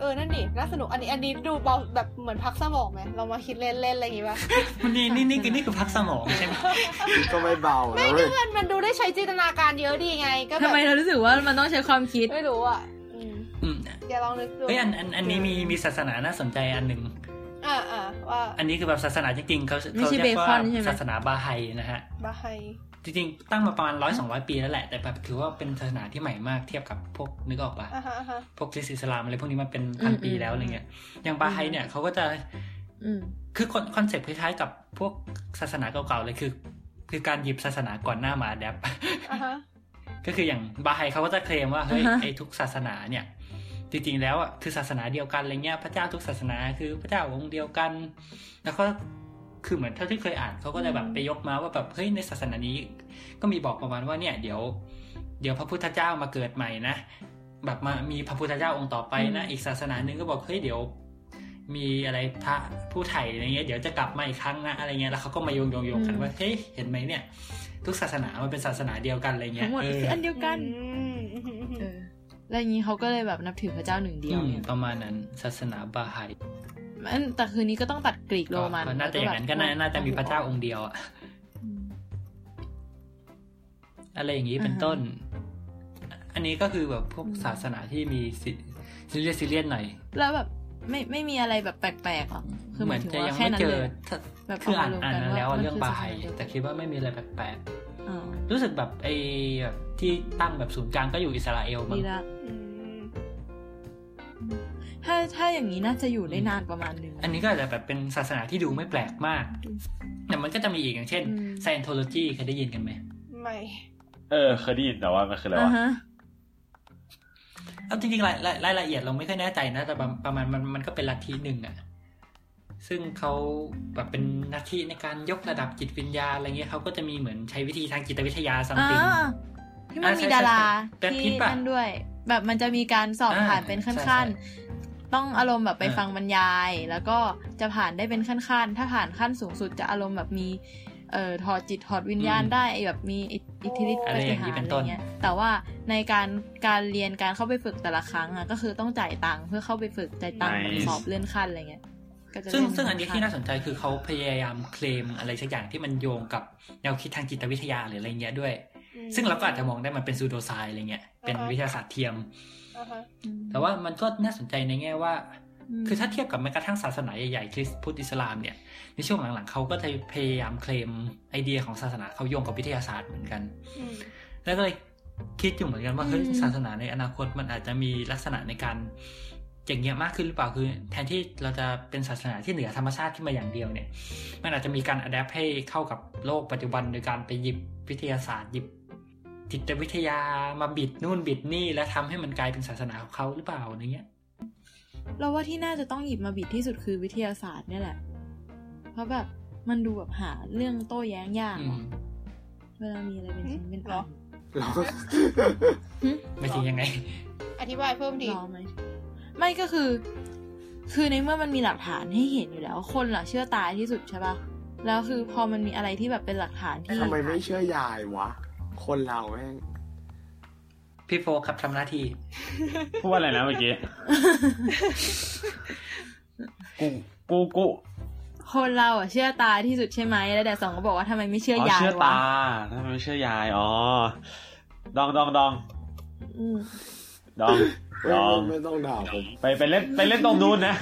เออ นั่นนี่น่าสนุก อันนี้ อันนี้ดูเบาแบบเหมือนพักสมองไหม เรามาคิดเล่นๆ อะไรอย่างงี้ ป่ะ
มันนี่นี่นี่คือนี่คือพักสมองใช่ไหม
ก็ไม่เบา
ไม่
นะเว้
นี่
ย
มันมันดูได้ใช้จินตนาการเยอะดีไง ก็แบ
ทำ
บ
ไมเรารู้สึกว่ามันต้องใช้ความคิด
ไม่รู้อ่ะอืม
อืม
อย่าลองนึกดู
เฮ้ยอันอันอันนี้มีมีศาสนาน่าสนใจอันหนึ่ง
อ่าอ่าว่า
อันนี้คือแบบศาสนาจริงๆเขา
ไม่
เขา
ใช่
เรียกว่า
เบคอนใช่ไหม
ศาสนาบาไฮนะฮะ
บาไฮ
จริงๆ ตั้งมาประมาณร้อยสองร้อยปีแล้วแหละ แต่แบบถือว่าเป็นศาสนาที่ใหม่มากเทียบกับพวกนึกออกปะ
อ่าฮะอ่าฮะ
พวกคริสต์อิสลามอะไรพวกนี้มันเป็นพันปี
อืม
แล้วอะไรเงี้ย อย่างบาไฮเนี่ยเขาก็จะ
อืม
คือคอนคอนเซ็ปต์คล้ายๆกับพวกศาสนาเก่าๆเลยคือ คือการหยิบศาสนาก่อนหน้ามาแดป
อ่าฮะ
ก็คืออย่างบาไฮเขาก็จะเคลมว่าเฮ้ย
อ่าฮะ
ไอ้ทุกศาสนาเนี่ย จริงๆแล้วอ่ะคือศาสนาเดียวกันอะไรเงี้ยพระเจ้าทุกศาสนาคือพระเจ้าองค์เดียวกัน แล้วก็คือเหมือนเท่าที่เคยอ่านเขาก็จะแบบไปยกมาว่าแบบเฮ้ยในศาสนานี้ ก็มีบอกประมาณว่าเนี่ยเดี๋ยว เดี๋ยวพระพุทธเจ้ามาเกิดใหม่นะแบบมามีพระพุทธเจ้าองค์ต่อไปนะอีกศาสนาหนึ่งก็บอกเฮ้ยเดี๋ยว มีอะไรพระผู้ไถ่อะไรเงี้ยเดี๋ยวจะกลับมาอีกครั้งนะอะไรเงี้ยแล้วเขาก็มาโยงโยงโยงกันว่าเฮ้ยเห็นไหมเนี่ย ทุกศาสนามันเป็นศาสนาเดียวกันอะไรเงี้ย
ทั้งหมด
เอ
คือ ออันเดียวกัน
อืมอืมอืม
เออแล้วอย่างนี้เขาก็เลยแบบนับถือพระเจ้าหนึ่งเดียว
อืม
เนี่ย
ประมาณนั้นศาสนาบาไฮ
อันแต่คืนนี้ก็ต้องตัดกรีกโร
ก็
มัน
ก็น่าจะอย่างนั้นก็น่าน่าจะมีพระเจ้าองค์เดียวอะ
อืม
อะไรอย่างนี้เป็น
อ่าฮะ
ต้น อันนี้ก็คือแบบพวกศาสนาที่มีซีเรียสซีเรียสหน่อย
แล้วแบบไม่ไม่มีอะไรแบบแปลกๆหรอคือหมายถึง
จะ
ว่า
ยัง
แค่
ไม่
นั้น
เจ
เล
อย ถ้า
แบบ
คืออ่าน
เอามารวมกัน
อ่านมาแล้วอะ
ว่า
เรื่อง
มันคื
บา
อศาสนา
ไฮ
เดียวกัน
แต่คิดว่าไม่มีอะไรแปลก
อ๋อ
ๆรู้สึกแบบไอ้แบบที่ตั้งแบบศูนย์กลางก็อยู่อิสราเอลมั้ง
ดีละ
อืม
ถ้าถ้าอย่างนี้น่าจะอยู่ได้
อืม
นานประมาณหนึง
อันนี้ก็อาจจะแบบเป็นศาสนาที่ดูไม่แปลกมาก แต่มันก็จะมีอีกอย่างเช่น
อืม
ไซ i อนโทโลจีเคยได้ยินกันไหม
ไม่
เออเคยได้ยินแต่ว่ามันคืออะ
อ่าว
ไระ
ฮะ
เอาจริงๆรายรายรายละเอียดเราไม่ค่อยแน่ใจนะแต่ประประมาณมันมันก็เป็นลัทธิหนึ่งอะซึ่งเขาแบบเป็นลัทธิในการยกระดับจิตวิญญาณอะไรเงี้ยเขาก็จะมีเหมือนใช้วิธีทางจิตวิทยาซัม
อ่า
ติง
ที่มันมีดารา
แบบ
ที่
พิษปะ
นั่นด้วย แบบมันจะมีการสอบ
อ่า
ผ่านเป็นขั้น
ใช่
ขั้น
ใช่
ต้องอารมณ์แบบไป
อ่า
ฟังบรรยาย แล้วก็จะผ่านได้เป็นขั้นขั้นๆถ้าผ่านขั้นสูงสุดจะอารมณ์แบบมีเอ่อถอดจิตถอดวิญญาณได้แบบมีอิทอิทธิฤทธิ์
อะไรอย่างนี้เป็นต้น
ปาฏิหาริย์อะไรเงี้ยแต่ว่าในการการเรียนการเข้าไปฝึกแต่ละครั้งอะก็คือต้องจ่ายตังค์เพื่อเข้าไปฝึกจ่ายตังค์แบบสอบเลื่อนขั้นอะไรเงี้ยก็จะ
ซึ่ง
เลื่
ซึ่งอันนี้
ขั้
ที่น่าสนใจคือเขาพยายามเคลมอะไรสักอย่างที่มันโยงกับแนวคิดทางจิตวิทยาหรืออะไรเงี้ยด้วย
อืม
ซึ่งเราก็อาจจะมองได้มันเป็นซูโดไซอะไรเงี้ยเป็นวิทยาศาสตร์เทียม
อ่าฮะ
แต่ว่ามันก็น่าสนใจในแง่ว่า
ม
คือถ้าเทียบกับแม้กระทั่งศาสนาใหญ่ๆคริสต์พุทธอิสลามเนี่ยในช่วงหลังๆเขาก็จะพยายามเคลมไอเดียของศาสนาเขาโยงกับวิทยาศาสตร์เหมือนกัน
อืม
แล้วก็เลยคิดอยู่เหมือนกันว่าเฮ้ยศาสนาในอนาคตมันอาจจะมีลักษณะในการอย่างเงี้ยมากขึ้นหรือเปล่าคือ แทนที่เราจะเป็นศาสนาที่เหนือธรรมชาติขึ้นมาอย่างเดียวเนี่ย มันอาจจะมีการอัดแอปให้เข้ากับโลกปัจจุบันโดยการไปหยิบวิทยาศาสตร์หยิบจิตวิทยามาบิดนู่นบิดนี่ และทำให้มันกลายเป็นศาสนาของเขาหรือเปล่าอะไรเงี้ย
เราว่าที่น่าจะต้องหยิบมาบิดที่สุดคือวิทยาศาสตร์เนี่ยแหละ เพราะแบบมันดูแบบหาเรื่องโต้แย้งยาก
อืม
อะเวลามีอะไรเป็นชิ้นเป็น
หร
อั
อ
น
หรอ
หึ
ไม่ถึงยังไง
อธิบายเพิ่มดี
รอไหมไม่ก็คือ คือในเมื่อมันมีหลักฐานให้เห็นอยู่แล้ว คนล่ะเชื่อตายที่สุดใช่ปะแล้วคือพอมันมีอะไรที่แบบเป็นหลักฐานที่
ทำไมไม่เชื่อยายวะ คนเราแม่ง
พี่โฟครับทำหน้าที่
พูดว่าอะไรนะเมื่อกี้ กู กู กู
คนเราอ่ะเชื่อตายที่สุดใช่ไหมแล้วแต่สองก็บอกว่าทำไมไม่เชื่
อ๋อย
อาย
เชื่อ
วะ
ตาทำไมไม่เชื่อยาย อ๋อ ดองดองดอง
อืม
ดอง
ไม่
ดอง
ไม่ต้องด่าผม
ไปไปเล่นไปเล่นตรงนู้นนะ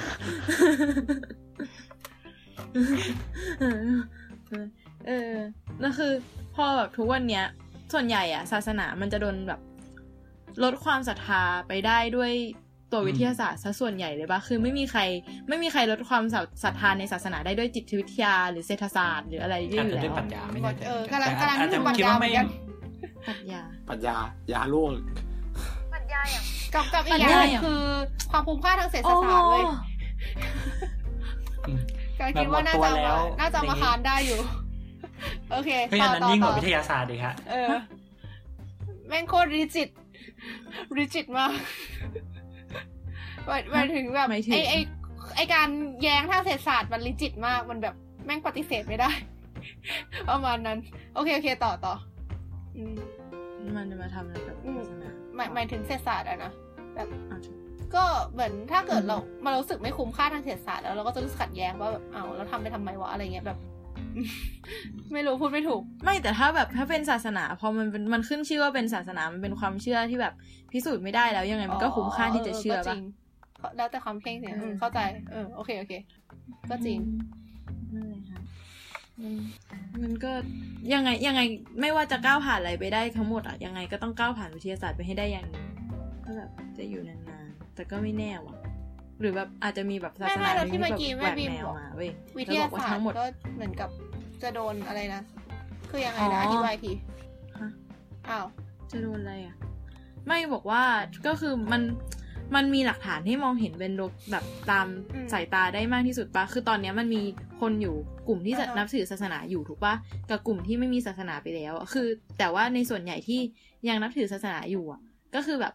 เออแล้วคือ พอแบบทุกวันเนี้ย ส่วนใหญ่อ่ะ ศาสนามันจะโดนแบบ ลดความศรัทธาไปได้ด้วยตัว
อืม
วิทยาศาสตร์ซะส่วนใหญ่เลยปะคือไม่มีใคร ไม่มีใครลดความศรัทธาในศาสนาได้ด้วยจิตวิทยาหรือเศรษฐศาสตร์หรืออะไรได้
อาจ
อยู่
จะ
แล้
ด้วย
ว
ปรัชญาไม่แน่ใจ
เออกำลังกำลัง
อาจจะ
นึกถึง
คิดว่า
ปรัชญาเหมื
ไม่
อนกัน
ปรัชญา
ปัญญา ยาล่วง
กับกับอีก
มัน
อย่างหนึ่
ได้
ง
อะ
คือความคุ้มค่าทางเศรษฐศาสตร์เลย
อืม
กำลังคิดว่าน่าจะ
แบบหมดตัวแล้
มาว น่าจะมาคานได้ อยู่ โอเค
เฮ้ย
ต่
อั
อน
นั้น
ต่อ
ยิ่งก
ต่อ
ว่าวิทยาศาสตร์เลยฮะ
เออแม่งโคตรริ จิตริจิตมากหมายหมายถึงแบบ
หมายถึง
ไอไอไอการแย้งทางเศรษฐศาสตร์มันริจิตมากมันแบบแม่งปฏิเสธไม่ได้ ประมาณนั้น โอเคโอเคต่อต่ออืม
มันจะมาทำอะไรกับ
อืม
ศาสนา
หมายหมายถึงเศรษฐศาสตร์อะนะ
อ่ะถูก
ก็เหมือนถ้าเกิดเรามารู้สึกไม่คุ้มค่าทางเศรษฐศาสตร์แล้วเราก็จะรู้สึกขัดแย้งว่าแบบเอาแล้วทำไปทำไมวะอะไรเงี้ยแบบ ไม่รู้พูดไม่ถูก
ไม่แต่ถ้าแบบถ้าเป็นศาสนาพอมันเป็นมันขึ้นชื่อว่าเป็นศาสนามันเป็นความเชื่อที่แบบพิสูจน์ไม่ได้แล้วยังไงมันก็คุ้มค่าที่จะเชื่อ
ก็จ
ปะ
ริงแล้วแต่ความเคร่งเนี่ย
อืม
เข้าใจเออโอเคโอเค ก็จริง
นั่นแหละค่ะมันมันก็ยังไงยังไงไม่ว่าจะก้าวผ่านอะไรไปได้ทั้งหมดอะยังไงก็ต้องก้าวผ่านวิทยาศาสตร์ไปให้ได้อย่างหนึงก็แบบจะอยู่นานๆแต่ก็ไม่แน่ว่ะ หรือแบบอาจจะมีแบบศาส
ไม่
นา
แล้วที่
หนึ่ง
เมื่อกี้
แบบแหวก
แม่บีม
แนว
บอก
มาเว้ย
วิท
แล้วบ
ยา
อกว่า
ศาสต
ทั้ง
ร์
หมด
ก็เหมือนกับจะโดนอะไรนะ คือยังไง
อ๋
นะ
อ
อ
อ
ธิบายที
ฮะ
อ้าว
จะโดนอะไรอ่ะ ไม่บอกว่าก็คือมันมันมีหลักฐานให้มองเห็นเป็นโลกแบบตามสายตาได้มากที่สุดปะคือตอนเนี้ยมันมีคนอยู่กลุ่มที่จะนับถือศาสนาอยู่ถูกปะกับกลุ่มที่ไม่มีศาสนาไปแล้วอะคือ แต่ว่าในส่วนใหญ่ที่ยังนับถือศาสนาอยู่อ่ะ ก็คือแบบ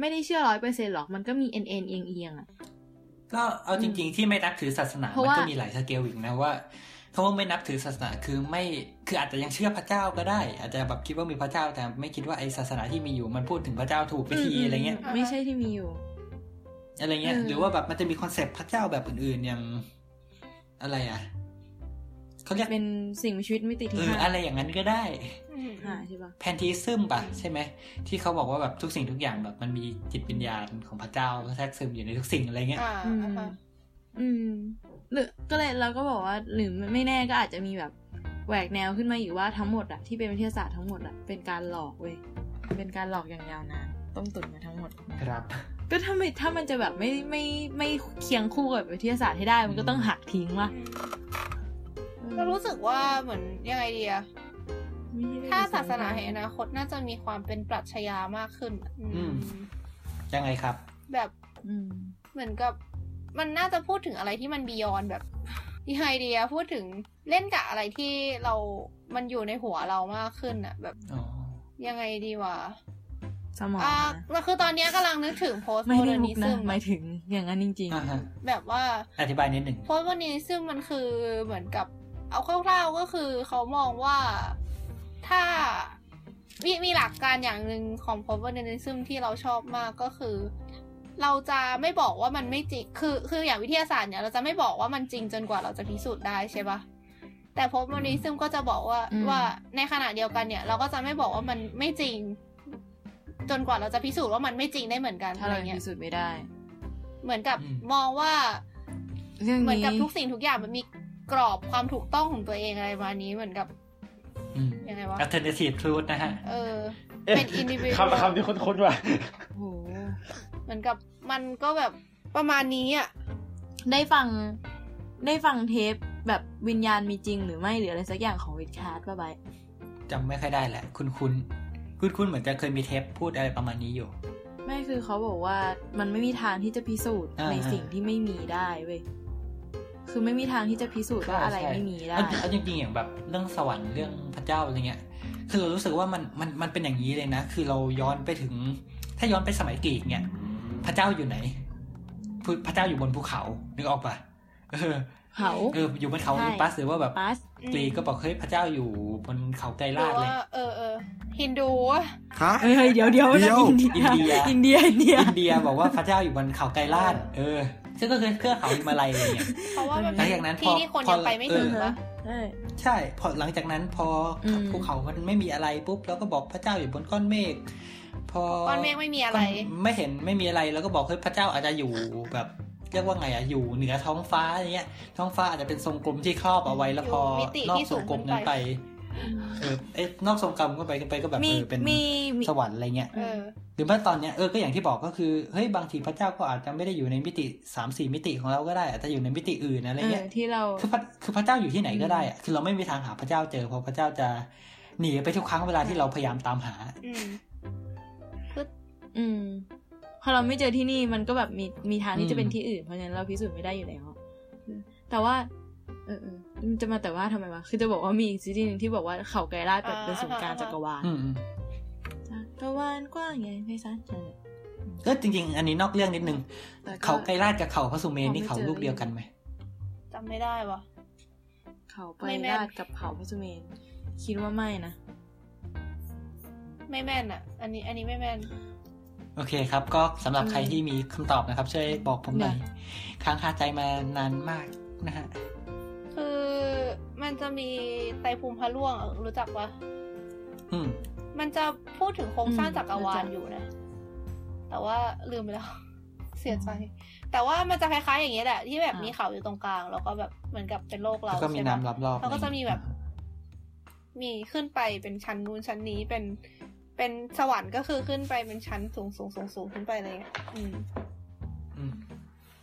ไม่ได้เชื่อร้อยเปอร์เซ็นต์หรอกมันก็มีเอ็นเอ็นเอียงเอียงๆอ่ะ
ก็เอาจริง ๆ ที่ไม่นับถือศาสนา
เพราะ
มัน
ว่า
ก็มีหลายสเกลอีกนะว่าคำว่าไม่นับถือศาสนาคือไม่คืออาจจะยังเชื่อพระเจ้าก็ได้ อาจจะแบบคิดว่ามีพระเจ้าแต่ไม่คิดว่าไอศาสนาที่มีอยู่มันพูดถึงพระเจ้าถูกวิธีอะไรเงี้ย
มมไม่ใช่ที่มีอยู่
อะไรเงี้ย
เออ
หรือว่าแบบมันจะมีคอนเซปต์พระเจ้าแบบอื่นๆอย่างอะไรอ่ะเขาเรียก
เป็นสิ่งมีชีวิตมิติ
เออ
ที่ห้า
อะไรอย่างนั้นก็ได้
อืม
ห้าใช่ปะ
แพนทีซึมป่ะใช่ไหมที่เขาบอกว่าแบบทุกสิ่งทุกอย่างแบบมันมีจิตวิญญาณของพระเจ้าแทรกซึมอยู่ในทุกสิ่งอะไรเงี้ย
อ่า
อืม
อ่าฮะ
อืมหรือก็เลยเราก็บอกว่าหรือไม่แน่ก็อาจจะมีแบบแหวกแนวขึ้นมาอีกว่าทั้งหมดอะที่เป็นวิทยาศาสตร์ทั้งหมดอะเป็นการหลอกเว้ยเป็นการหลอกอย่างยาวนานต้มตุ๋นมาทั้งหมด
ครับ
ก็ถ้าไม่ถ้ามันจะแบบไม่ไม่ไม่เคียงคู่กับวิทยาศาสตร์ให้ได้มันก็ต้องหักทิ้งว่ะ
ก็รู้สึกว่าเหมือนยังไงดีอะถ้าศาสนาแห่งอนาคตน่าจะมีความเป็นปรัชญามากขึ้นอะอืม
อืม ยังไงครับ
แบบ
อืม
เหมือนกับมันน่าจะพูดถึงอะไรที่มันบียอนแบบ ยังไงดีอะพูดถึงเล่นกับอะไรที่เรา มันอยู่ในหัวเรามากขึ้นอะแบบ
อ๋อ
ยังไงดีวะ
สมอง
อ่ะ
นะ
แล้วคือตอนเนี้ยกำลังนึกถึงโพสต์
ไม่
โมเด
ได้
อร์
มุ
นิ
กนะ
ซึม
หมายถึงอย่างนั้นจริง
อ่าฮะ
แบบว่า
อธิบายนิดหนึ่ง
โพสต์โมเดอร์นิซึมมันคือเหมือนกับ เอาคร่าวๆก็คือเขามองว่าถ้ามีมีหลักการอย่างหนึ่งของโพสต์โมเดอร์นิซึมที่เราชอบมากก็คือ เราจะไม่บอกว่ามันไม่จริง คือ คืออย่างวิทยาศาสตร์เนี่ยเราจะไม่บอกว่ามันจริงจนกว่าเราจะพิสูจน์ได้ใช่ปะแต่พบมันนี้ซึ่งก็จะบอกว่า
อืม
ว่าในขณะเดียวกันเนี่ย เราก็จะไม่บอกว่ามันไม่จริง จนกว่าเราจะพิสูจน์ว่ามันไม่จริงได้เหมือนกัน
ๆ ถ้า
อะไร
เรา
เงี้
พิ
ย
สูจน์ไม่ได้
เหมือนกับ
อืม
มองว่า
เรื่อง
เหมือน
นี้
กับทุกสิ่งทุกอย่างมันมีกรอบความถูกต้องของตัวเองอะไรประมาณนี้เหมือนกับ
อืม
ยังไงวะ
alternative truth นะฮะ
เออ
เอ๊ะ
เป็น individual
คำคำที่คุ้นๆว่ะ
โอ้โห
เหมือนกับมันก็แบบประมาณนี้อ่ะ
ได้ฟังได้ฟังเทปแบบวิญญาณมีจริงหรือไม่หรืออะไรสักอย่างของวิดคาร์ดป่ะไบ
จำไม่ค่อยได้แหละ คุณคุณคุณคุณเหมือนจะเคยมีเทปพูดอะไรประมาณนี้อยู่
ไม่คือเขาบอกว่ามันไม่มีทางที่จะพิสูจน์
อ่า
ในสิ่งที่ไม่มีได้เว้ย ค คือไม่มีทางที่จะพิสูจน์ว่าอะไรไม่มีได้
เอาเอาจริงๆอย่างแบบเรื่องสวรรค์เรื่องพระเจ้าอะไรเงี้ย คือเรารู้สึกว่ามันมันมันเป็นอย่างนี้เลยนะ คือเราย้อนไปถึง ถ้าย้อนไปสมัยกรีกเนี่ย พระเจ้าอยู่ไหนพระพระเจ้าอยู่บนภูเขานึกออกปะเออ
เขา
เอออยู่บนเขา
ใช่
อิมปัสหรือว่าแบบ
ปัส
กรีกก็บอกเฮ้ยพระเจ้าอยู่บนเขาไกรลาดเลย
เออเออฮินดูวะ
ฮะ
เอ้ยเดี๋ยวเดี๋ยว
เดี๋ยว
อินเดียอินเดียอินเดีย
อินเดียบอกว่าพระเจ้าอยู่บนเขาไกรลาดเออ ซึ่งก็คือเทือกเขาฮิมาลัยอะไรเงี้ย
เพราะว่ามัน
หลังจากนั้นพ
ที่
อ
ที่คน
พอ
ยังไปไม่ถึง
เออ
ปะ
ใช่
ใช่พอหลังจากนั้นพออ
ม
ภูเขามันไม่มีอะไรปุ๊บเราก็บอกพระเจ้าอยู่บนก้อนเมฆพอ
ก้อนเมฆไม่มีอะ
ก
ไร
้อนไม่เห็นไม่มีอะไรแล้วก็บอกเฮ้ยพระเจ้าอาจจะอยู่แบบเรียกว่าไงอะอยู่เหนือท้องฟ้าอะไรเงี้ย ท้องฟ้าอาจจะเป็นทรงกลมที่ครอบเอาไว้แล้วพอ
อยู่มิติ
นอ
ที่
กท
สู
รง
ง
กลมนั้นไป
ไป
เออเอ๊ะนอกทรงกลมก็ไปก็ไปก็แบบ
มี
เออเป็น
มีมี
สวรรค์อะไรเงี้ย
เออ
หรือว่าตอนเนี้ยเออก็อย่างที่บอกก็คือเฮ้ยบางทีพระเจ้าก็อาจจะไม่ได้อยู่ในมิติสามสี่มิติของเราก็ได้ อาจจะอยู่ในมิติอื่นอะไรเงี้ย
เออที่เรา
คือพระคือพระเจ้าอยู่ที่ไหนก็ได้อะคือเราไม่มีทางหาพระเจ้าเจอเพราะพระเจ้าจะหนีไปทุกครั้งเวลาที่เราพยายามตามหา
อืม
อืม พอเราไม่เจอที่นี่มันก็แบบมีมีทาง
อื
ที่
ม
จะเป็นที่อื่น เพราะฉะนั้นเราพิสูจน์ไม่ได้อยู่แล้วอืมแต่ว่า เออเออมันจะมาแต่ว่าทำไมวะคือจะบอกว่ามีอีกซีรีส์หนึ่งที่บอกว่าเขาไกลลาดแบบเป็นศูนย์กลางจักรวาล
อืมอืม
จักรวาลกว้างใหญ่ไพศาลนั่นแหละ
ก็จริง ๆ อันนี้นอกเรื่องนิดนึง
แต่ก็
เขาไกรลาดกับเขาพระสุเมนนี่
ไม่เจอ
เขาลูกเดียวกันไหม
จำไม่ได้วะ
เขาไป
ไม่แม่น
ลาดกับเขาพระสุเมนคิดว่าไม่นะ
ไม่แม่นอ่ะ อันนี้ อันนี้ไม่แม่น
โอเคครับ ก็สำหรับใครที่มีคำตอบนะครับ ช่วยบอกผมหน่อย
ได้
ค้างคาใจมานานมากนะฮะ
คือมันจะมีไตรภูมิพระล่วงเออรู้จักปะ
อืม
มันจะพูดถึงโครงสร้าง
อืม
จักรวาล
รู้จัก
อยู่นะ แต่ว่าลืมไปแล้ว เสียใจ แต่ว่ามันจะคล้ายๆอย่างเงี้ยแหละ ที่แบบมีเขาอยู่ตรงกลาง แล้วก็แบบเหมือนกับเป็นโลกเรา
แล้วก็มี
ใช่ปะ
น้ำล้อมรอบ
เขาก็จะมีแบบ มีขึ้นไปเป็นชั้นนู้นชั้นนี้เป็นเป็นสวรรค์ก็คือขึ้นไปเป็นชั้นสูงสูงสูงสูงขึ้นไปเลยอะอืม
อืม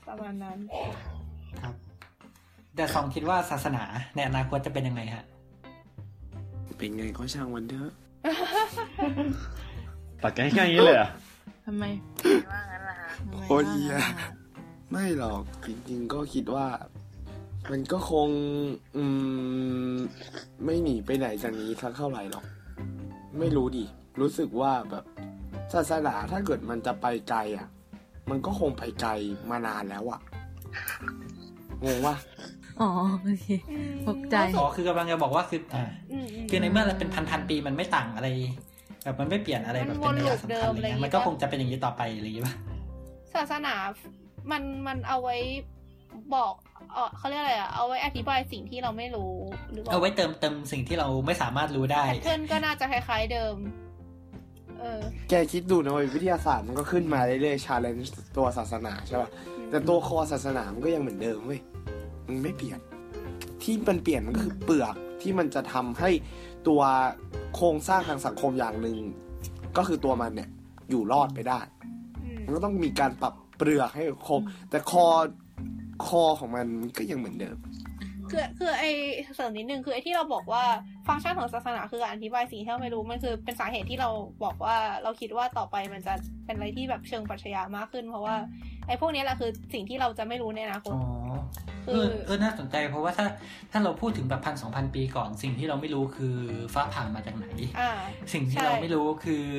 ประมาณนั้น
ครับแต่สองคิดว่าศาสนาในอนาคตจะเป็นยังไงฮะ
เป็นไงก็ช่างวันเถอะ
ตัดง่ายๆอย่างนี้เลยเหรอ
ทำไม
ว่างั้นล่ะฮะ
ทำไม
โอ้ย
ว่างั้น
อ่ะ
ล่ะ
ไม่หรอกจริงๆก็คิดว่า มันก็คง อืม ไม่หนีไปไหนจากนี้สักเท่าไหร่หรอก ไม่รู้ดิ รู้สึกว่าแบบศาสนาถ้าเกิดมันจะไปไกลอ่ะ มันก็คงไปไกลมานานแล้วอ่ะงงวะ
อ๋อโอเค
อืม
ตกใจ
รู้สึ
อ๋อคือกำลังจะบอกว่าคืออ่า
อืมอืม
คือในเมื่อมันเป็นพันพันๆปีมันไม่ต่างอะไร แบบมันไม่เปลี่ยนอะไรแบบเป็นนัยสำคัญอะไรเงี้ย
มันวนลูปเดิมอะไรอย่างงี้
มันก็คงจะเป็นอย่างนี้ต่อไปอะไรอย่างงี้ป่ะ
ศาสนา มันมันเอาไว้บอกเออเขาเรียกอะไรอะเอาไว้อธิบายสิ่งที่เราไม่รู้หรือเปล่า
เอาไว้เติมเติมสิ่งที่เราไม่สามารถรู้ได้
แพทเทิร์นก็น่าจะคล้ายๆเดิม เออ
แกคิดดูนะเว้ยวิทยาศาสตร์มันก็ขึ้นมาเรื่อยๆชาเลนจ์ตัวศาสนาใช่ป่ะ แต่ตัวคอศาสนามันก็ยังเหมือนเดิมเว้ย มันไม่เปลี่ยน ที่มันเปลี่ยนมันก็คือเปลือกที่มันจะทำให้ตัวโครงสร้างทางสังคมอย่างหนึ่งก็คือตัวมันเนี่ยอยู่รอดไปได้
อืม
มันก็ต้องมีการปรับเปลือกให้ครบแต่คอคอของมันมันก็ยังเหมือนเดิม
คือคือไอเสริมนิดนึงคือไอที่เราบอกว่าฟังก์ชันของศาสนาคือการอธิบายสิ่งที่เราไม่รู้มันคือเป็นสาเหตุที่เราบอกว่าเราคิดว่าต่อไปมันจะเป็นอะไรที่แบบเชิงปรัชญามากขึ้น เพราะว่าไอพวกเนี้ยแหละคือสิ่งที่เราจะไม่รู้ในอนาคต
อ๋อ เอ
คือ
อ เออ น่าสนใจ เพราะว่าถ้าถ้าเราพูดถึงแบบพันสองพันปีก่อน สิ่งที่เราไม่รู้คือฟ้าผ่ามาจากไหน
อ่า
สิ่งที่
ใช่
เราไม่รู้คืออ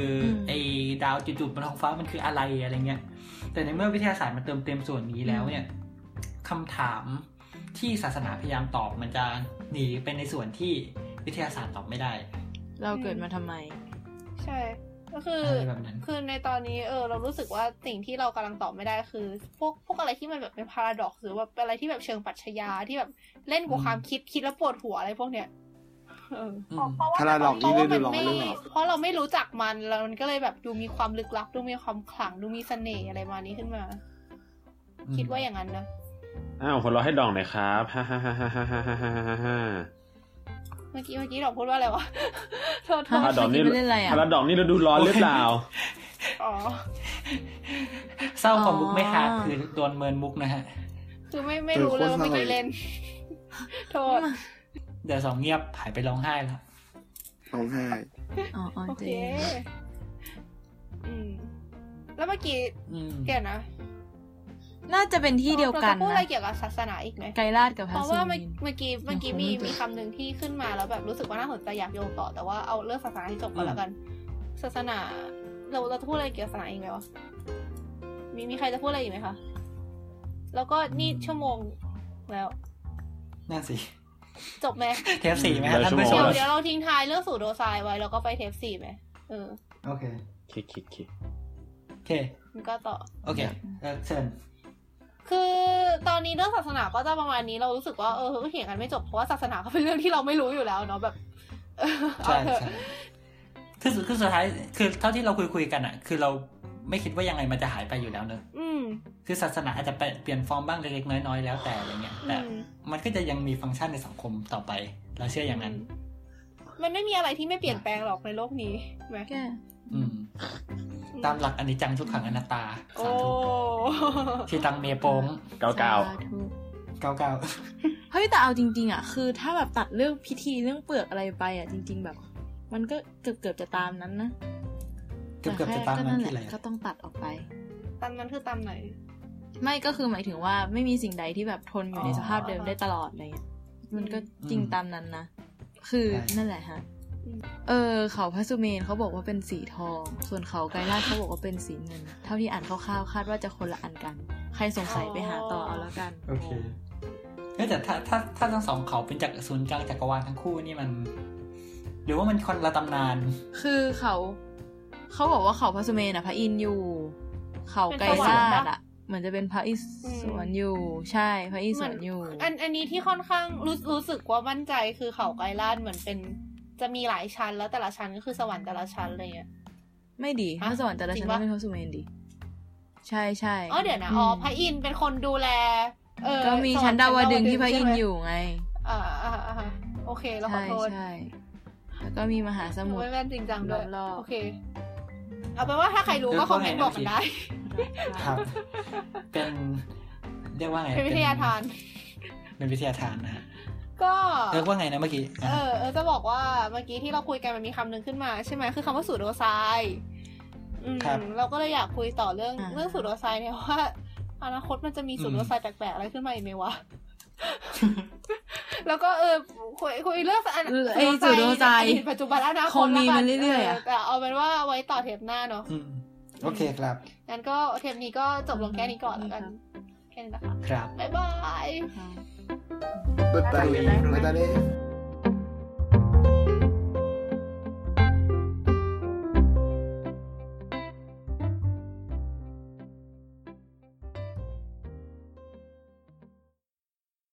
ม
ไอ้ดาวจุดๆบนท้องฟ้ามันคืออะไรอะไรเงี้ย แต่ในเมื่อวิทยาศาสตร์มันเติมเต็มส่วนนี้แล้วเนี่ยคำถามที่ศาสนาพยายามตอบมันจะหนีไปในส่วนที่วิทยาศาสตร์ตอบไม่ได้
เราเกิดมาทำไม
ใช่ ก็คือ
อะไรแบบนั้น
คือในตอนนี้เออเรารู้สึกว่าสิ่งที่เรากำลังตอบไม่ได้คือ พวกพวกอะไรที่มันแบบเป็นพาราดอกหรือว่าเป็นอะไรที่แบบเชิงปรัชญาที่แบบเล่นกับความคิดคิดแล้วปวดหัวอะไรพวกเนี้ยเออ
อืม
เพราะว่า
พาราดอก
เพราะว่า
นี่
มัน
เรื่อง
ไม่
เรื่องเหรอ
เพราะเราไม่รู้จักมันแล้วมันก็เลยแบบดูมีความลึกลับ ดูมีความขลังดูมีเสน่ห์อะไรมานี้ขึ้นมา คิดว่าอย่างนั้นนะ
อ้าวคนเราะให้ดองหน่อยครับฮ่าฮ่าฮ่าฮ่าฮ่าฮ่าฮ่าฮ่าฮ่า
เมื่อกี้เมื่อกี้ดอกพูดว่าอะไรวะ โทษโท
ฮะ
พา
ษ
รา ดอกนี่
ไม่เล่นอะไรอะ
พาราดอกนี่ฤดูร้อนหรือเปล่า
อ๋อ
เศร้ากว่ามุก
อ๋อ
ไม่ฮาร์ดคือโดนเมินมุกนะฮะ
คือไม่ไม่รู้เลยว่าเมื่อกี้เล่น โทษ
เดี๋ยวสองเงียบหายไปร้องไห้แล้ว
ร้องไห้
อ๋ออ๋อ
โอ
เจ
เค อืม แล้วเมื่อกี้
อืม
เดี๋ยวนะ
น่าจะเป็นที่เดียวกัน
ราจะพูดอะไร
นะ
เกี่ยวกับศาสนาอีกไหม
ไกลราดกับพ
เพ
ระ
ราะ
สุ
ว่าเมื่
นิ
อน เมื่อกี้เมื่อกี้มี
ยังคงไม่จบ
มีคำหนึ่งที่ขึ้นมาแล้วแบบรู้สึกว่าน่าสนใจอยากโยงต่อแต่ว่าเอาเรื่องศาสนาให้จบก่อนแล้วกัน ศาสนาเราเราจะพูดอะไรเกี่ยวกับศาสนาอีกไหมวะมีมีใครจะพูดอะไรอีกไหมคะแล้วก็นี่ชั่วโมงแล้ว
นั่นสิ
จบไหม
เทปสี่ไหมฮะท่านผู้ช
เดี๋ย
ม
วเดี๋ยวเราทิ้งท้ายเรื่องสูตรโดไซน์ไว้แล้วก็ไปเทปสี่ไหมเออ
โอเค
คิดคิดคิด
โอเค
มันก็ต่อ
โอเคเออเชิญ
คือตอนนี้เรื่องศาสนาก็จะประมาณนี้เรารู้สึกว่าเออก็เถียงกันไม่จบเพราะว่าศาสนาก็เป็นเรื่องที่เราไม่รู้อยู่แล้วเนาะแบบเออ
ใช่
เอาเถอะ
ใช่คือสุดคือสุดท้าย คือเท่าที่เราคุยคุยๆกันอะคือเราไม่คิดว่ายังไงมันจะหายไปอยู่แล้วเนอะ
อืม
คือศาสนาอาจจะเปลี่ยนฟอร์มบ้างเล็กๆน้อยๆแล้วแต่อะไรเงี้ย แต่
อืม
มันก็จะยังมีฟังก์ชันในสังคมต่อไป เราเชื่ออย่างนั้น
มันไม่มีอะไรที่ไม่เปลี่ยนแปลงหรอกในโลกนี้ไหม
แก
อืม ตามหลักอนิจจังทุกขังอนัตตา
โอ้
สาธุที่ตังเมโปง
เก้าเก้า
สธุ
เก้าเก้า
เฮ้ยแต่เอาจริง ๆ อ่ะ คือถ้าแบบตัดเรื่องพิธีเรื่องเปลือกอะไรไปอ่ะจริง ๆ แบบ มันก็เกือบเกือบๆจะตามนั้นนะ
เกือบเกือบ
แค่
จะตาม
ก็
นั้น
น
ที่
แห
ไร
ละก็ต้องตัดออกไป
ตามนั้นคือตามไหน
ไม่ก็คือหมายถึงว่าไม่มีสิ่งใดที่แบบทนอยู่ในสภาพเดิมได้ตลอดอะไรเงี้ยมันก็จริงตามนั้นนะ คือนั่นแหละฮะ
อืม
เออ เขาพระสุเมนเขาบอกว่าเป็นสีทอง ส่วนเขาไกรลาดเขาบอกว่าเป็นสีเงิน เท่าที่อ่านคร่าวๆคาดว่าจะคนละอันกัน ใครสงสัยไปหาต่อเอาแล้วกัน
โอเคเอ้ยแต่ถ้าถ้าถ้าทั้งสองเขาเป็นจากรศูนย์กลางจักรวาลทั้งคู่นี่มัน หรือว่ามันคนละตำนาน
คือเขาเขาบอกว่าเขาพระสุเมนอ่ะพระอินทร์อยู่ เขาไกรลาดอ่ะเหมือนจะเป็นพระอิศวรอยู่ ใช่พระอิศวรอยู่
อันอันนี้ที่ค่อนข้างรู้รู้สึกว่ามั่นใจคือเขาไกรลาดเหมือนเป็น จะมีหลายชั้นแล้วแต่ละชั้นก็คือสวรรค์แต่ละชั้นอะไรเงี้ย
ไม่ดี
ฮะ
พระสวรรค์แต่ละ
จริ
ชั้น
ง
ต้อ
ปะ
งเป็นพระสุเมนดี ใช่ใช่
อ๋อเดี๋ยวนะอ๋อพระอินทร์เป็นคนดูแล เออ
ก็มีชั้นดาวดึงส์ที่พระอินทร์อยู่ไง
อ่าอ่าอ่าโอเคเราขอ
ใช่
โทษ
ใช่แล้วก็มีมหาส
หนู
มุทร
ไม่แม่นจริงจังด้วย
รอบๆ
โอเค เอาเป็นว่าถ้าใครรู้ก็คอมเมนต์บอกกันได้
ครับ เป็นเรียกว่าไง
เป็นวิทยาทาน
เป็นวิทยาทานนะฮะ
ก็
เรียกว่าไงนะเมื่อกี้
เอ
อ่ะ
อเออจะบอกว่าเมื่อกี้ที่เราคุยกันมันมีคำหนึ่งขึ้นมาใช่ไหมคือคำว่าสูดโดไซน์อืมเราก็เลยอยากคุยต่อเรื่อง
อ่า
เรื่องสูดโดไซน์เนี่ยว่าอนาคตมันจะมีสูดโดไซน์แปลกๆอะไรขึ้นมาอีกไหม วะ แล้วก็เออคุยคุยเรื่องอัน
ไอ้สูตรโดไซน์
อตปัจจุบันและอนาค
ค
ต
งมี
แล้วกั
มาเรื่อยๆอะ
แต่เอาเป็นว่าไว้ต่อเทปหน้าเนาะ
อืมโอเคครับ
งั้นก็เทปนี้ก็จบลงแค่นี้ก่อนแล้วกันแค่นี้นะคะ
ครับ
บ๊ายบาย
บ๊ายบายมาตาเน่